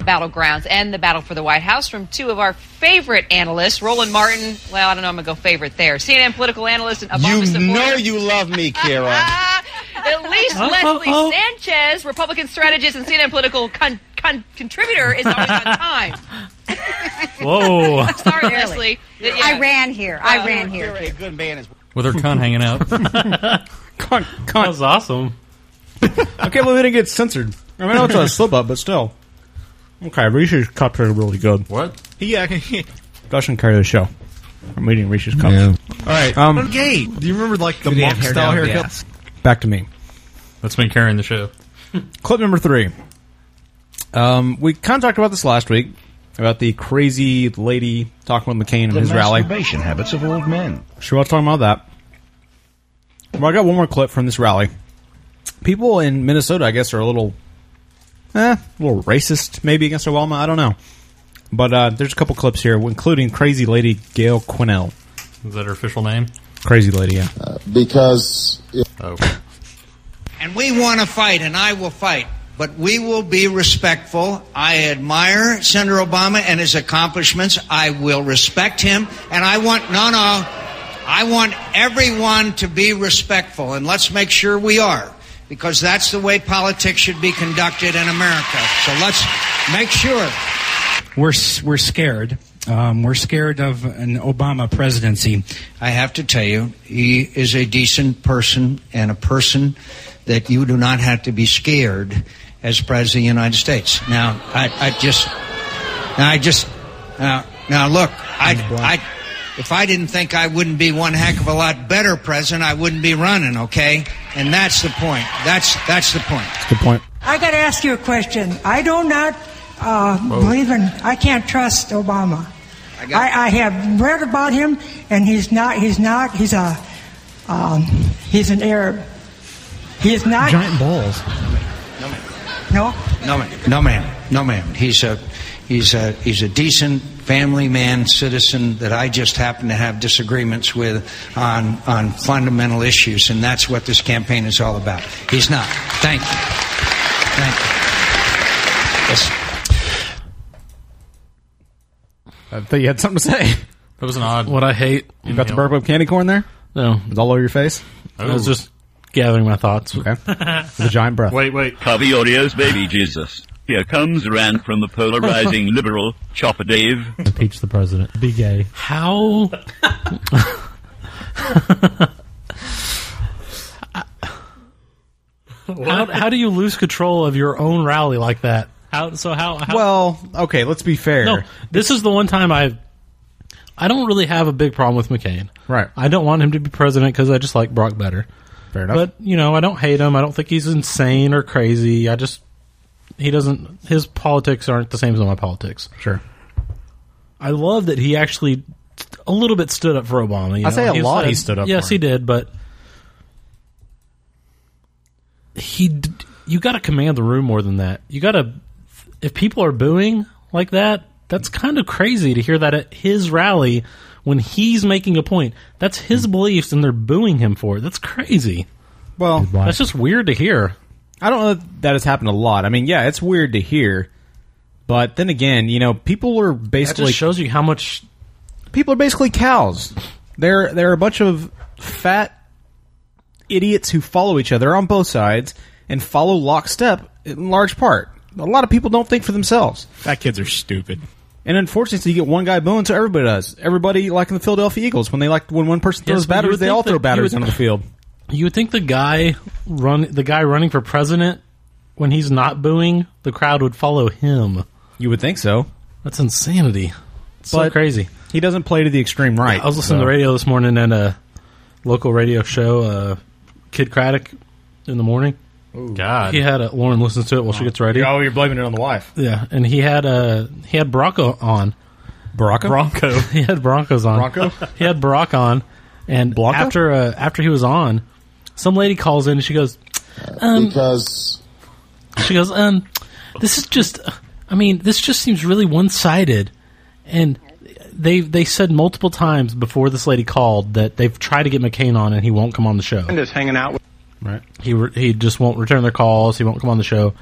Speaker 17: battlegrounds and the battle for the White House from two of our favorite analysts, Roland Martin. Well, I don't know. I'm gonna go favorite there. CNN political analyst and Obama
Speaker 18: You
Speaker 17: supporter.
Speaker 18: know you love me, Kira.
Speaker 17: At least
Speaker 18: Oh,
Speaker 17: Leslie
Speaker 18: oh, oh.
Speaker 17: Sanchez, Republican strategist and CNN political con- con- contributor, is always on time.
Speaker 2: Whoa.
Speaker 17: Sorry, Leslie. Uh, I ran here.
Speaker 18: I ran here. A good man is.
Speaker 2: With her cunt hanging out.
Speaker 8: That was awesome.
Speaker 3: I can't believe it didn't get censored. I mean, I know it's a slip up, but still. Okay, Reese's cups are really good.
Speaker 2: What?
Speaker 11: Yeah.
Speaker 3: Gush and carry the show. I'm eating Reese's cups.
Speaker 11: All right.
Speaker 3: Um,
Speaker 11: okay. Do you remember like the
Speaker 3: Good
Speaker 11: monk
Speaker 3: hair
Speaker 11: style
Speaker 3: down,
Speaker 11: haircut?
Speaker 3: Back to me.
Speaker 2: That's me carrying the show.
Speaker 3: Clip number three. Um, we kind of talked about this last week about the crazy lady talking with McCain in
Speaker 10: The
Speaker 3: his rally.
Speaker 10: masturbation habits of old men.
Speaker 3: Sure, I was talking about that. Well, I got one more clip from this rally. People in Minnesota, I guess, are a little, eh, a little racist, maybe against Obama. I don't know, but uh, there's a couple clips here, including crazy lady Gail Quinnell,
Speaker 2: Is that her official name?
Speaker 3: crazy lady. Yeah,
Speaker 9: because
Speaker 2: Oh.
Speaker 19: And we want to fight, and I will fight. But we will be respectful. I admire Senator Obama and his accomplishments. I will respect him. And I want, no, no, I want everyone to be respectful. And let's make sure we are, because that's the way politics should be conducted in America. So let's make sure.
Speaker 5: we're we're scared. Um, we're scared of an Obama presidency.
Speaker 19: I have to tell you, he is a decent person and a person that you do not have to be scared as president of the United States. Now, I, I just, now I just, now, now look, I, I, if I didn't think I wouldn't be one heck of a lot better president, I wouldn't be running. Okay, and that's the point. That's that's the point.
Speaker 3: good point.
Speaker 20: I got to ask you a question. I do not uh,
Speaker 19: Whoa.
Speaker 20: believe in. I can't trust Obama. I, I, have read about him, and he's not. He's not. He's a. Um, he's an Arab. He is not.
Speaker 18: Giant
Speaker 20: balls. No?
Speaker 18: No, ma'am. No, ma'am. No, ma'am. He's a he's a he's a decent family man citizen that I just happen to have disagreements with on on fundamental issues, and that's what this campaign is all about. He's not. Thank you. Thank you. Yes.
Speaker 3: I thought you had something to say.
Speaker 2: That was an odd.
Speaker 3: What I hate. You got the
Speaker 2: email.
Speaker 3: burp up candy corn there?
Speaker 8: No.
Speaker 3: It's all over your face?
Speaker 2: Oh.
Speaker 8: I was just gathering my thoughts.
Speaker 3: Okay. With a giant breath.
Speaker 2: Wait, wait.
Speaker 9: Cover your ears, baby Jesus. Here comes rant from the polarizing liberal, Chopper Dave.
Speaker 8: Impeach the president. Be gay. How? how, how do you lose control of your own rally like that? How so? How, how?
Speaker 3: Well, okay. Let's be fair.
Speaker 8: No, this is the one time I, I don't really have a big problem with McCain.
Speaker 3: Right.
Speaker 8: I don't want him to be president because I just like Brock better.
Speaker 3: Fair
Speaker 8: enough. But you know, I don't hate him. I don't think he's insane or crazy. I just he doesn't his politics aren't the same as my politics.
Speaker 3: Sure.
Speaker 8: I love that he actually a little bit stood up for Obama. you know?
Speaker 3: I say a
Speaker 8: was
Speaker 3: lot
Speaker 8: like-
Speaker 3: he stood up
Speaker 8: Yes,
Speaker 3: for
Speaker 8: he did, but he d- you got to command the room more than that. You got to if people are booing like that, that's kind of crazy to hear that at his rally when he's making a point. That's
Speaker 3: Hmm.
Speaker 8: his beliefs and they're booing him for it. That's crazy.
Speaker 3: Well,
Speaker 8: that's just weird to hear.
Speaker 3: I don't know that, that has happened a lot. I mean, yeah, it's weird to hear. But then again, you know, people are basically
Speaker 8: shows you how much
Speaker 3: people are basically cows. They're they're a bunch of fat idiots who follow each other on both sides and follow lockstep in large part. A lot of people don't think for themselves.
Speaker 11: Fat kids are stupid.
Speaker 3: And unfortunately, you get one guy booing, so everybody does. Everybody, like in the Philadelphia Eagles, when they like when one person
Speaker 8: Yes,
Speaker 3: throws
Speaker 8: but you
Speaker 3: batteries,
Speaker 8: would
Speaker 3: they
Speaker 8: think
Speaker 3: all
Speaker 8: that-
Speaker 3: throw
Speaker 8: you
Speaker 3: batteries
Speaker 8: would-
Speaker 3: onto the field.
Speaker 8: You would think the guy run the guy running for president when he's not booing, the crowd would follow him.
Speaker 3: You would think so.
Speaker 8: That's insanity. It's so
Speaker 3: But
Speaker 8: crazy.
Speaker 3: He doesn't play to the extreme right.
Speaker 8: I was listening to
Speaker 3: so-
Speaker 8: the radio this morning and uh, a local radio show, uh, Kid Craddock, in the morning.
Speaker 2: God.
Speaker 8: He had a, Lauren listens to it while she gets ready.
Speaker 3: Oh, you're blaming it on the wife.
Speaker 8: Yeah, and he had uh, he had Bronco on.
Speaker 3: Bronco.
Speaker 8: Bronco. he had Broncos on.
Speaker 3: Bronco?
Speaker 8: he had Brock on, and after uh, after he was on, some lady calls in and she goes, um,
Speaker 21: because
Speaker 8: she goes, um, this is just, I mean, this just seems really one sided, and they they said multiple times before this lady called that they've tried to get McCain on and he won't come on the show.
Speaker 18: Just hanging out with.
Speaker 3: Right.
Speaker 8: He re- he just won't return their calls. He won't come on the show,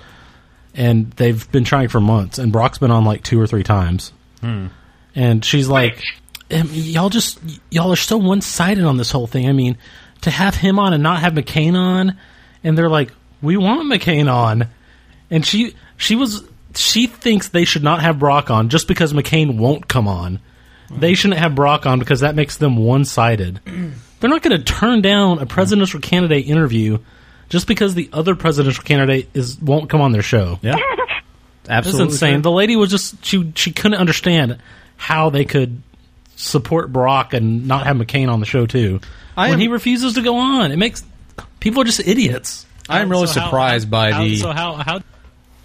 Speaker 8: and they've been trying for months. And Brock's been on like two or three times,
Speaker 22: Hmm.
Speaker 8: and she's like, "Um, "Y'all just y'all are so one sided on this whole thing. I mean, to have him on and not have McCain on, and they're like, we want McCain on, and she she was she thinks they should not have Brock on just because McCain won't come on. They shouldn't have Brock on because that makes them one sided. They're not going to turn down a presidential candidate interview just because the other presidential candidate is won't come on their show.
Speaker 3: Yeah, absolutely
Speaker 8: It's insane.
Speaker 3: true.
Speaker 8: The lady was just she she couldn't understand how they could support Brock and not have McCain on the show too when he refuses to go on. It makes people are just idiots.
Speaker 3: I am really
Speaker 8: So how-
Speaker 3: surprised by
Speaker 8: how-
Speaker 3: the
Speaker 8: so how how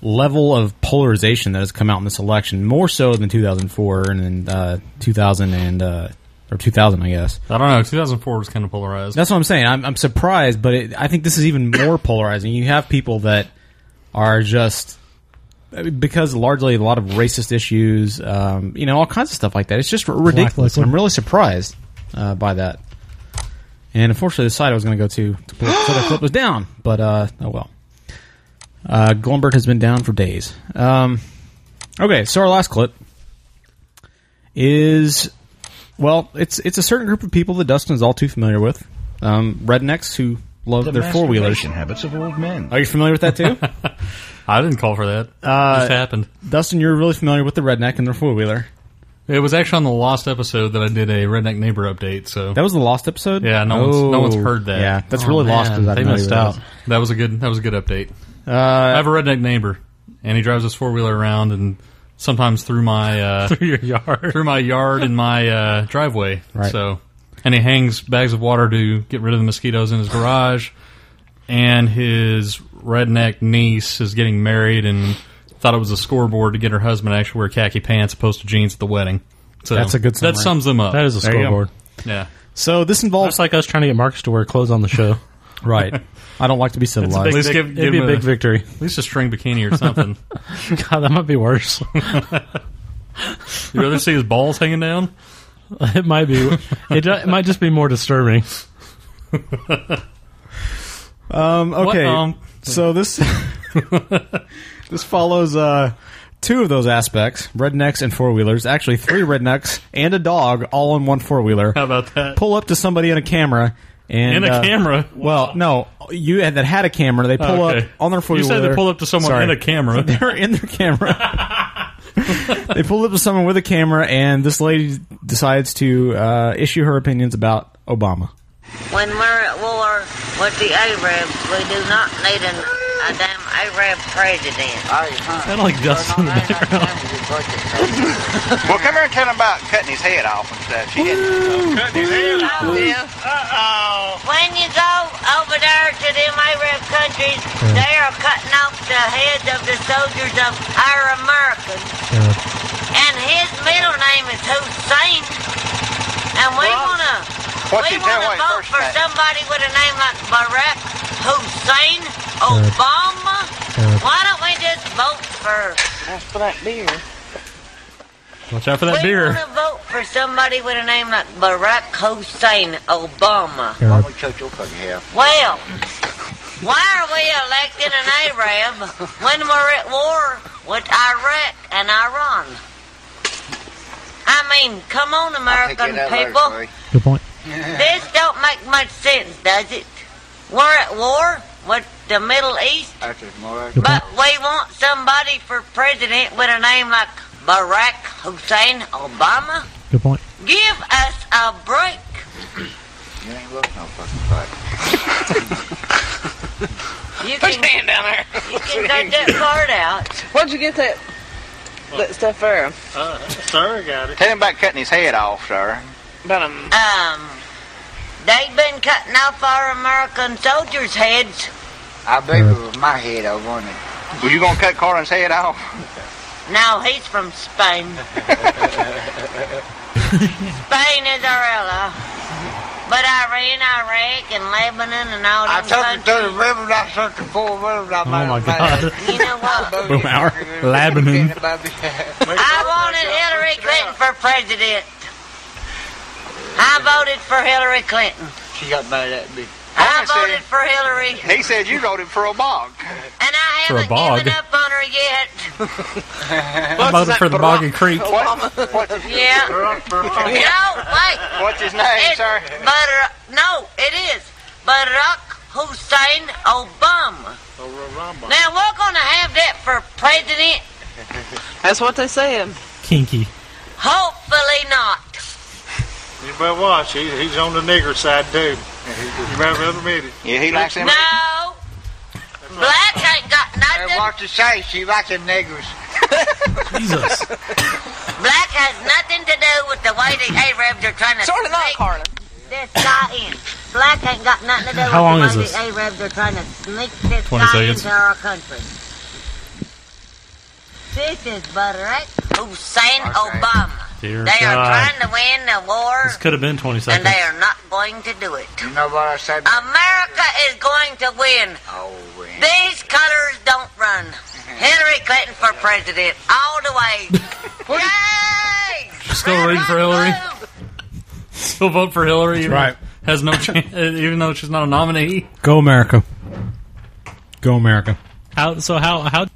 Speaker 3: level of polarization that has come out in this election, more so than 2004 and then uh, 2000 and uh, or 2000, I guess.
Speaker 2: I don't know. 2004 was kind of polarized.
Speaker 3: That's what I'm saying. I'm, I'm surprised, but it, I think this is even more polarizing. You have people that are just I mean, because largely a lot of racist issues, um, you know, all kinds of stuff like that. It's just r- ridiculous. and I'm really surprised uh, by that. And unfortunately, the side I was going to go to to pull up the clip was down, but uh, oh well. Uh, Glomberg has been down for days. Um, okay, so our last clip is well, it's it's a certain group of people that Dustin is all too familiar with, um, rednecks who love
Speaker 10: The
Speaker 3: their four wheelers.
Speaker 10: masturbation habits of old men.
Speaker 3: Are you familiar with that too?
Speaker 2: I didn't call for that.
Speaker 3: Uh,
Speaker 2: it just happened.
Speaker 3: Dustin, you're really familiar with the redneck and their four wheeler.
Speaker 2: It was actually on the lost episode that I did a redneck neighbor update. So
Speaker 3: That was the lost episode. Oh.
Speaker 2: yeah, no one's no one's heard that.
Speaker 3: Yeah, that's really lost because I
Speaker 2: they
Speaker 3: didn't know
Speaker 2: missed
Speaker 3: you were-
Speaker 2: out. That was a good that was a good update.
Speaker 8: Uh,
Speaker 2: I have a redneck neighbor, and he drives his four wheeler around, and sometimes through my uh,
Speaker 8: through your yard,
Speaker 2: through my yard and my uh, driveway.
Speaker 8: Right.
Speaker 2: So, and he hangs bags of water to get rid of the mosquitoes in his garage. And his redneck niece is getting married, and thought it was a scoreboard to get her husband to actually wear khaki pants opposed to jeans at the wedding. So
Speaker 8: That's a good
Speaker 2: That
Speaker 8: summary.
Speaker 2: sums them up.
Speaker 8: That is a There you go. scoreboard.
Speaker 2: Yeah.
Speaker 3: So this involves
Speaker 8: That's like us trying to get Marcus to wear clothes on the show.
Speaker 3: Right. I don't like to be civilized.
Speaker 2: At least give- give
Speaker 3: It'd be a
Speaker 2: him
Speaker 3: big victory.
Speaker 2: At least a string bikini or something.
Speaker 8: God, that might be worse.
Speaker 2: You'd rather see his balls hanging down?
Speaker 8: it might be. It, do- it might just be more disturbing.
Speaker 3: Um,
Speaker 8: What,
Speaker 3: okay.
Speaker 8: um?
Speaker 3: so this this follows uh, two of those aspects: rednecks and four wheelers. Actually, three rednecks and a dog, all in one four wheeler. How
Speaker 2: about that?
Speaker 3: Pull up to somebody in a camera. And,
Speaker 2: In a
Speaker 3: uh,
Speaker 2: camera? Ah,
Speaker 3: Well, no, you had, that had a camera. They pull
Speaker 2: Okay.
Speaker 3: up on their four
Speaker 2: You
Speaker 3: wheeler.
Speaker 2: said they pull up to someone in a camera.
Speaker 3: They're in their camera. they pulled up to someone with a camera, and this lady decides to uh, issue her opinions about Obama.
Speaker 23: When we're at war with the Arabs, we do not need an, a damn Arab president.
Speaker 8: Sound like dust in the background.
Speaker 21: well, come here and tell him about cutting his head off and stuff. She didn't. Cutting his head
Speaker 23: Oh, yeah. When you go over there to them Arab countries, they are cutting off the heads of the soldiers of our Americans.
Speaker 1: Uh,
Speaker 23: And his middle name is Hussein. And we want to
Speaker 21: what's
Speaker 23: we
Speaker 21: his
Speaker 23: want to
Speaker 21: Hawaiian
Speaker 23: vote
Speaker 21: first
Speaker 23: for
Speaker 21: name?
Speaker 23: somebody with a name like Barack Hussein Obama.
Speaker 2: Uh,
Speaker 23: Why don't we just vote for? That's for that beer.
Speaker 2: Watch out for that
Speaker 23: we
Speaker 2: beer.
Speaker 23: want to vote for somebody with a name like Barack Hussein Obama.
Speaker 2: Uh,
Speaker 21: Why would you cut your fucking hair?
Speaker 23: Well, why are we electing an Arab when we're at war with Iraq and Iran? I mean, come on, American people.
Speaker 1: Good point.
Speaker 23: This don't make much sense, does it? We're at war with the Middle East, but we want somebody for president with a name like Barack Hussein Obama.
Speaker 1: Good point.
Speaker 23: Give us a break.
Speaker 21: You ain't look no fucking
Speaker 23: You can, hand down there. You can cut that part out. Where'd you get that?
Speaker 21: That stuff there. Uh, sir got it. Tell him about cutting his head off, sir.
Speaker 23: But um, they've been cutting off our American soldiers' heads.
Speaker 21: I believe it was my head I wanted. Were you gonna cut Carlin's head off?
Speaker 23: Now he's from Spain. Uh, Spain is our ally. But Iran, Iraq, and Lebanon, and all
Speaker 21: I
Speaker 23: them
Speaker 21: took him
Speaker 23: countries.
Speaker 21: to the river, and I took him four rivers. I
Speaker 1: Oh my God.
Speaker 23: You know what?
Speaker 1: Boom hour. Lebanon.
Speaker 23: I wanted Hillary Clinton for president. I voted for Hillary Clinton.
Speaker 21: She got mad at me.
Speaker 23: I voted for Hillary.
Speaker 21: He said you voted for Obama.
Speaker 23: And I
Speaker 2: For a
Speaker 23: haven't
Speaker 2: bog.
Speaker 23: given up on her yet.
Speaker 2: I voted for the Boggy Creek.
Speaker 21: What? What's his
Speaker 23: Yeah. No, wait.
Speaker 21: What's his name,
Speaker 23: It's
Speaker 21: sir?
Speaker 23: Barack. No, it is Barack Hussein Obama. Now we're gonna have that for president.
Speaker 22: That's what they said.
Speaker 1: Kinky.
Speaker 23: Hopefully not.
Speaker 24: You better watch. He, he's on the nigger side too. You better admit it.
Speaker 21: Yeah, he likes him.
Speaker 23: No. Black ain't got nothing.
Speaker 21: Hey, watch the say. She likes them niggers.
Speaker 8: Jesus.
Speaker 23: Black has nothing to do with the way the Arabs are trying to. Sort of not, Carter. This guy in. Black ain't got nothing to do
Speaker 2: How long
Speaker 23: with
Speaker 2: is
Speaker 23: the way
Speaker 2: this?
Speaker 23: the Arabs are trying to sneak this
Speaker 2: 20
Speaker 23: guy
Speaker 2: seconds.
Speaker 23: into our country. This is Barack Hussein Obama.
Speaker 2: Dear
Speaker 23: they are
Speaker 2: God.
Speaker 23: trying to win the war,
Speaker 2: This could have been 20
Speaker 23: and
Speaker 2: seconds.
Speaker 23: they are not going to do it.
Speaker 21: You know what I said? Oh,
Speaker 23: America is going to win. These colors don't run. Hillary Clinton for president all the way. Yay!
Speaker 2: Still rooting for Hillary. Still vote for Hillary. even-
Speaker 3: right.
Speaker 2: Has no chance, even though she's not a nominee.
Speaker 3: Go America. Go America.
Speaker 1: How? So how? How?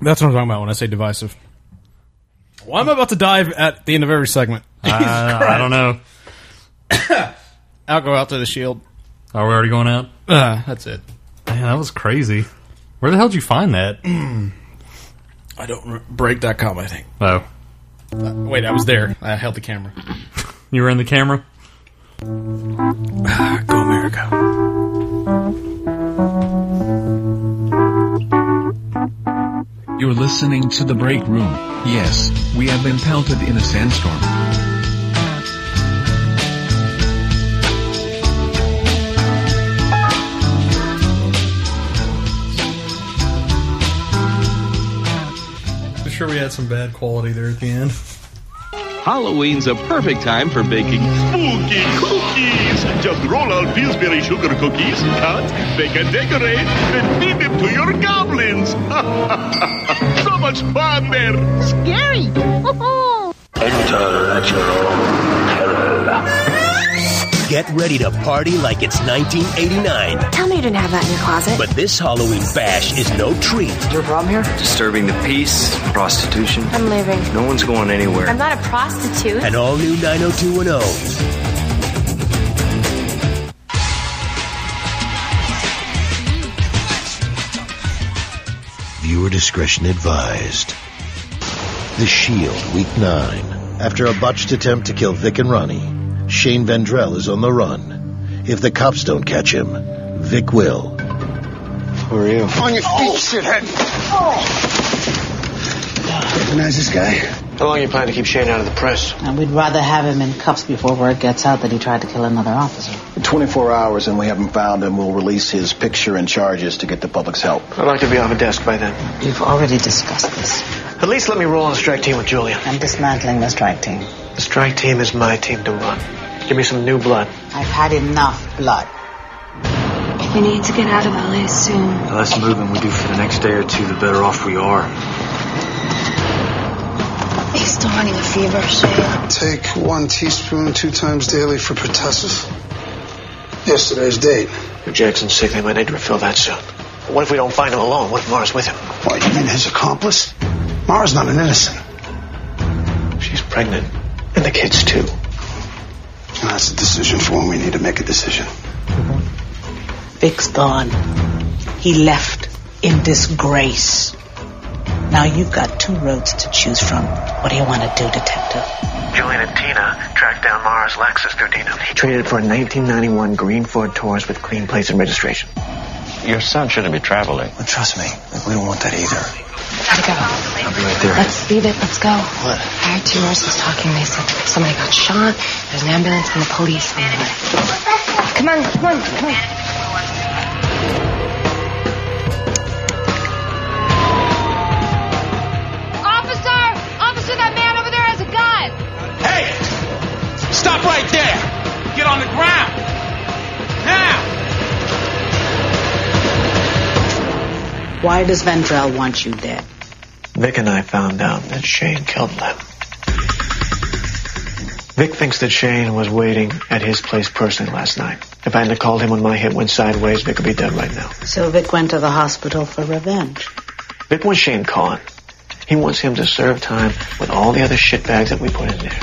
Speaker 3: That's what I'm talking about when I say divisive. Well, I'm about to dive at the end of every segment.
Speaker 2: I- I don't know.
Speaker 3: I'll go out to the shield.
Speaker 2: Are we already going out?
Speaker 3: Uh, that's it.
Speaker 2: Man, that was crazy. Where the hell did you find that?
Speaker 3: I don't re- break.com. I think.
Speaker 2: Oh,
Speaker 3: Uh, wait, I was there. I held the camera.
Speaker 2: you were in the camera.
Speaker 3: Go America.
Speaker 6: You're listening to The Break Room. Yes, we have been pelted in a sandstorm.
Speaker 2: I'm sure we had some bad quality there at the end.
Speaker 4: Halloween's a perfect time for baking.
Speaker 12: Spooky cookies! Just roll out Pillsbury sugar cookies, cut, bake and decorate, and feed them to your goblins! so much fun there! Scary!
Speaker 7: Get ready to party like it's 1989.
Speaker 13: Tell me you didn't have that in your closet.
Speaker 7: But this Halloween bash is no treat.
Speaker 13: Your problem here?
Speaker 25: Disturbing the peace, prostitution.
Speaker 13: I'm leaving.
Speaker 25: No one's going anywhere.
Speaker 13: I'm not a prostitute.
Speaker 7: An oh all new 90210.
Speaker 26: Viewer discretion advised. The Shield, Week 9. After a botched attempt to kill Vic and Ronnie, Shane Vendrell is on the run. If the cops don't catch him, Vic will. Who are you?
Speaker 27: On your feet, shithead!
Speaker 28: Recognize this guy? How long you plan to keep Shane out of the press?
Speaker 29: we'd rather have him in cuffs before word gets out that he tried to kill another officer.
Speaker 28: In 24 hours and we haven't found him, we'll release his picture and charges to get the public's help. I'd like to be on the desk by then.
Speaker 29: You've already discussed this.
Speaker 28: At least let me roll on the strike team with Julia.
Speaker 29: I'm dismantling the strike team.
Speaker 28: The strike team is my team to run. Give me some new blood.
Speaker 29: I've had enough blood.
Speaker 13: You need to get out of LA soon.
Speaker 28: The less moving we do for the next day or two, the better off we are.
Speaker 13: He's still running a fever, Shane.
Speaker 28: Take one teaspoon two times daily for pertussis. Yesterday's date. If Jackson's sick, they might need to refill that soon. What if we don't find him alone? What if Mara's with him? What, you mean his accomplice? Mara's not an innocent. She's pregnant. And the kids, too. That's a decision for when we need to make a decision.
Speaker 29: Vic's gone. He left in disgrace. Now you've got two roads to choose from. What do you want to do, detective?
Speaker 28: Julian and Tina tracked down Mara's Lexus through Dino. He traded for a 1991 green Ford Taurus with clean plates and registration.
Speaker 25: Your son shouldn't be traveling.
Speaker 28: But trust me, we don't want that either.
Speaker 13: Gotta go.
Speaker 28: I'll be right
Speaker 13: Let's leave it. Let's go. What? I heard two nurses talking. They said somebody got shot. There's an ambulance and the police on the way. Come on, come on, come on.
Speaker 23: Officer! Officer, that man over there has a gun!
Speaker 30: Hey! Stop right there! Get on the ground! Now!
Speaker 29: Why does Ventrell want you dead?
Speaker 28: Vic and I found out that Shane killed them. Vic thinks that Shane was waiting at his place personally last night. If I hadn't called him when my hit went sideways, Vic would be dead right now.
Speaker 29: So Vic went to the hospital for revenge.
Speaker 28: Vic wants Shane caught. He wants him to serve time with all the other shitbags that we put in there.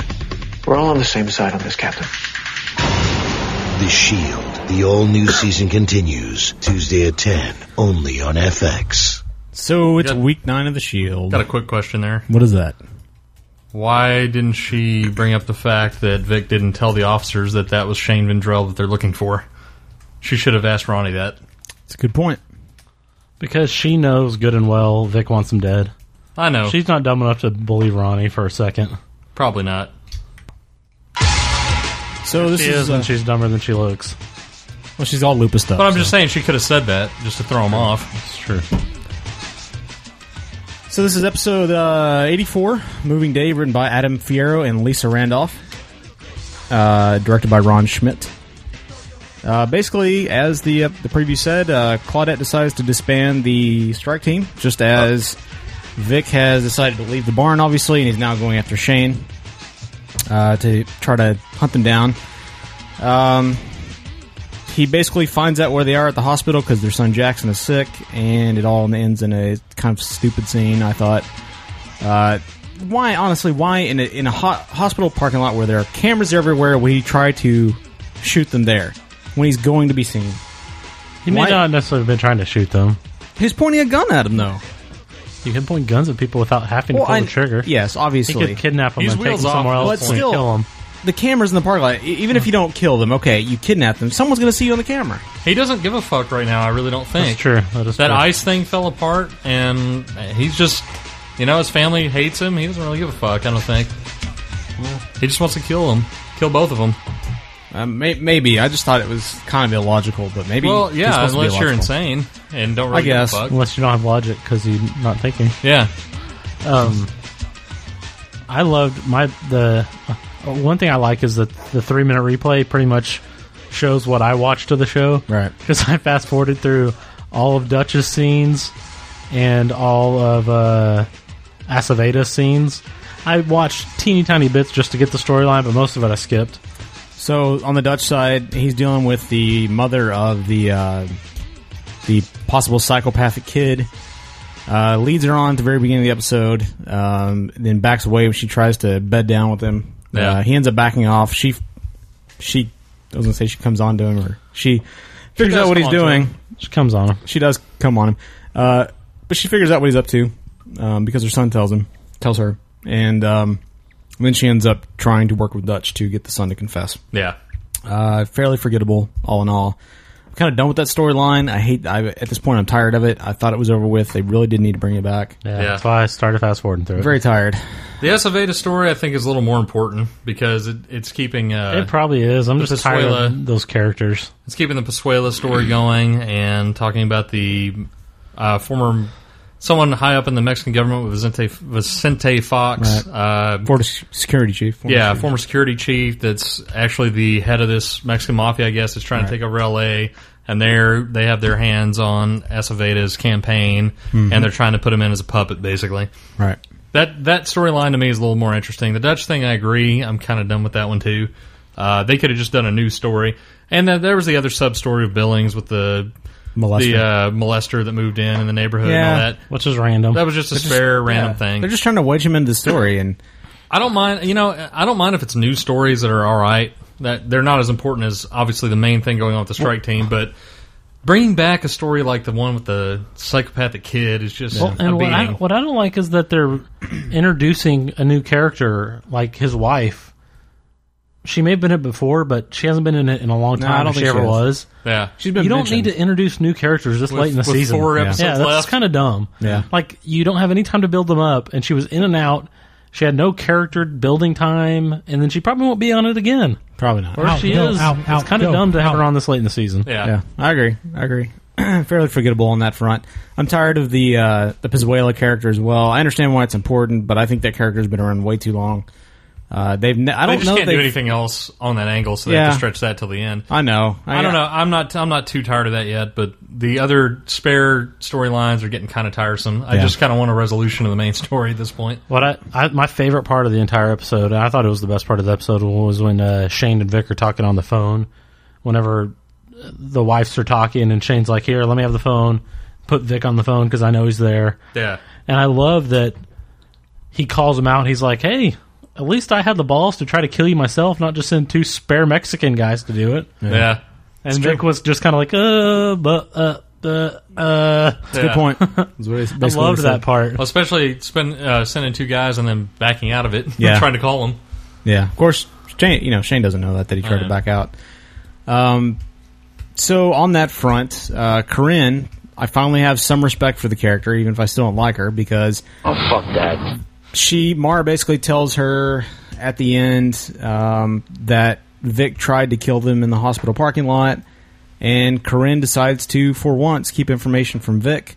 Speaker 28: We're all on the same side on this, Captain.
Speaker 26: The Shield, the all new season continues Tuesday at 10, only on FX.
Speaker 3: So it's week nine of the Shield.
Speaker 2: Got a quick question there.
Speaker 3: What is that?
Speaker 2: Why didn't she bring up the fact that Vic didn't tell the officers that that was Shane Vendrell that they're looking for? She should have asked Ronnie that.
Speaker 3: It's a good point.
Speaker 8: Because she knows good and well Vic wants him dead.
Speaker 2: I know.
Speaker 8: She's not dumb enough to believe Ronnie for a second.
Speaker 2: Probably not.
Speaker 3: So
Speaker 8: this she
Speaker 3: is,
Speaker 8: is,
Speaker 3: uh,
Speaker 8: and she's dumber than she looks.
Speaker 3: Well, she's all lupus stuff.
Speaker 2: But I'm just saying she could have said that just to throw him off. That's
Speaker 3: true. So this is episode uh, 84, Moving Day, written by Adam Fierro and Lisa Randolph, uh, directed by Ron Schmidt. Uh, basically, as the uh, the preview said, uh, Claudette decides to disband the strike team, just as Vic has decided to leave the barn, obviously, and he's now going after Shane uh, to try to hunt them down. Um, he basically finds out where they are at the hospital because their son Jackson is sick, and it all ends in a kind of stupid scene. I thought, uh, why honestly, why in a, in a ho- hospital parking lot where there are cameras everywhere, would he try to shoot them there when he's going to be seen?
Speaker 8: He may
Speaker 3: Why-
Speaker 8: not necessarily have been trying to shoot them.
Speaker 3: He's pointing a gun at him, though.
Speaker 8: You can point guns at people without having
Speaker 3: Well,
Speaker 8: to pull
Speaker 3: I-
Speaker 8: the trigger.
Speaker 3: Yes, obviously.
Speaker 8: He could kidnap them
Speaker 3: He's
Speaker 8: and take
Speaker 3: wheels
Speaker 8: them
Speaker 3: off,
Speaker 8: somewhere
Speaker 3: but
Speaker 8: else and
Speaker 3: still-
Speaker 8: kill them.
Speaker 3: The cameras in the parking lot. e- Even if you don't kill them, okay, you kidnap them. Someone's going to see you on the camera.
Speaker 2: He doesn't give a fuck right now. I really don't think.
Speaker 8: That's true. That is true.
Speaker 2: ice thing fell apart, and he's just, you know, his family hates him. He doesn't really give a fuck. I don't think. He just wants to kill him, kill both of them.
Speaker 3: Um, may- maybe I just thought it was kind of illogical, but maybe.
Speaker 2: well,
Speaker 3: it's
Speaker 2: yeah,
Speaker 3: supposed to be
Speaker 2: unless you're
Speaker 3: illogical.
Speaker 2: insane and don't really
Speaker 3: I guess.
Speaker 2: give a fuck.
Speaker 8: Unless you don't have logic because you're not thinking.
Speaker 2: Yeah.
Speaker 8: Um, I loved my the uh, one thing I like is that the three minute replay pretty much shows what I watched of the show. Right. Because I fast forwarded through all of Dutch's scenes and all of uh, Aceveda's scenes. I watched teeny tiny bits just to get the storyline, but most of it I skipped.
Speaker 3: So on the Dutch side, he's dealing with the mother of the uh, the possible psychopathic kid. Uh, leads her on at the very beginning of the episode, um, then backs away when she tries to bed down with him.
Speaker 2: Yeah.
Speaker 3: Uh, he ends up backing off. She she I was gonna say she comes on to him or she figures
Speaker 8: does
Speaker 3: out what
Speaker 8: come
Speaker 3: he's
Speaker 8: on to
Speaker 3: doing.
Speaker 8: him. She comes on him.
Speaker 3: She does come on him, uh, but she figures out what he's up to um, because her son tells him tells her, and um, then she ends up trying to work with Dutch to get the son to confess.
Speaker 2: Yeah.
Speaker 3: Uh, fairly forgettable, all in all. I'm kind of done with that storyline. I hate. I, at this point, I'm tired of it. I thought it was over with. They really did need to bring it back.
Speaker 8: Yeah, that's why I started fast forwarding through it.
Speaker 3: Very tired.
Speaker 2: The Aceveda story, I think, is a little more important because it, it's keeping. Uh,
Speaker 8: It probably is. I'm
Speaker 2: the
Speaker 8: just tired
Speaker 2: Pisuela-
Speaker 8: of those characters.
Speaker 2: It's keeping the Pasuela story going and talking about the uh, former someone high up in the Mexican government with Vicente, Vicente Fox. Uh,
Speaker 3: Former s- security chief. Former
Speaker 2: yeah,
Speaker 3: security.
Speaker 2: former security chief that's actually the head of this Mexican mafia, I guess, that's trying
Speaker 3: Right.
Speaker 2: to take over LA. And they're they have their hands on Aceveda's campaign,
Speaker 3: Mhm.
Speaker 2: and they're trying to put him in as a puppet, basically.
Speaker 3: Right.
Speaker 2: That that storyline to me is a little more interesting. The Dutch thing, I agree. I'm kind of done with that one too. Uh, they could have just done a new story, and then there was the other sub story of Billings with the
Speaker 3: Molester.
Speaker 2: the uh, molester that moved in in the neighborhood and all that.
Speaker 8: which is random.
Speaker 2: That was just a
Speaker 3: They're
Speaker 2: spare random
Speaker 3: yeah.
Speaker 2: thing.
Speaker 3: They're just trying to wedge him into the story, and
Speaker 2: I don't mind. You know, I don't mind if it's news stories that are all right. That they're not as important as obviously the main thing going on with the strike team, but bringing back a story like the one with the psychopathic kid is just
Speaker 8: Well,
Speaker 2: a
Speaker 8: and what I,
Speaker 2: beating.
Speaker 8: what I don't like is that they're introducing a new character, like his wife. She may have been in it before, but she hasn't been in it in a long
Speaker 2: No,
Speaker 8: time.
Speaker 2: I don't
Speaker 8: if she
Speaker 2: think she
Speaker 8: ever
Speaker 2: has.
Speaker 8: was.
Speaker 2: Yeah. She's been
Speaker 8: You don't
Speaker 2: mentioned.
Speaker 8: need to introduce new characters this
Speaker 2: With-
Speaker 8: late in the
Speaker 2: with
Speaker 8: season.
Speaker 2: four
Speaker 8: yeah.
Speaker 2: episodes
Speaker 8: Yeah, that's
Speaker 2: left.
Speaker 8: kind of dumb.
Speaker 2: Yeah.
Speaker 8: like you don't have any time to build them up, and she was in and out. She had no character building time, and then she probably won't be on it again.
Speaker 3: Probably not.
Speaker 8: Or if
Speaker 3: Out,
Speaker 8: she
Speaker 3: go,
Speaker 8: is,
Speaker 3: out, out,
Speaker 8: it's kind
Speaker 3: go,
Speaker 8: of dumb to have her on this late in the season.
Speaker 3: yeah, I agree. I agree. Fairly forgettable on that front. I'm tired of the uh, the Pizuela character as well. I understand why it's important, but I think that character's been around way too long. Uh, they've ne- I
Speaker 2: They
Speaker 3: don't
Speaker 2: just
Speaker 3: know
Speaker 2: can't
Speaker 3: if
Speaker 2: do
Speaker 3: they've-
Speaker 2: anything else on that angle, so they have
Speaker 3: Yeah.
Speaker 2: to stretch that till the end.
Speaker 3: I know.
Speaker 2: I, don't know. I'm not. I'm not too tired of that yet. But the other spare storylines are getting kind of tiresome. I
Speaker 8: Yeah.
Speaker 2: just kind of want a resolution of the main story at this point.
Speaker 8: What I, I my favorite part of the entire episode, and I thought it was the best part of the episode, was when uh, Shane and Vic are talking on the phone. Whenever the wives are talking, and Shane's like, "Here, let me have the phone." Put Vic on the phone because I know he's there.
Speaker 2: Yeah.
Speaker 8: and I love that he calls him out. And he's like, "Hey, at least I had the balls to try to kill you myself, not just send two spare Mexican guys to do it."
Speaker 2: Yeah. Yeah.
Speaker 8: and
Speaker 2: It's
Speaker 8: Vic was just kind of like, "Uh, but uh." Uh, uh,
Speaker 2: It's a good Yeah. point.
Speaker 3: That's what he
Speaker 8: I
Speaker 3: basically
Speaker 8: loved
Speaker 3: said.
Speaker 8: that part.
Speaker 2: Well, especially spend, uh, sending two guys and then backing out of it.
Speaker 3: Yeah.
Speaker 2: trying to call them.
Speaker 3: Yeah, of course. Shane, you know, Shane doesn't know that that he tried
Speaker 2: Uh-huh.
Speaker 3: to back out. Um, so on that front, uh, Corinne, I finally have some respect for the character, even if I still don't like her, because
Speaker 11: Oh, fuck that.
Speaker 3: she Mara basically tells her at the end um, that Vic tried to kill them in the hospital parking lot, and Corinne decides to, for once, keep information from Vic,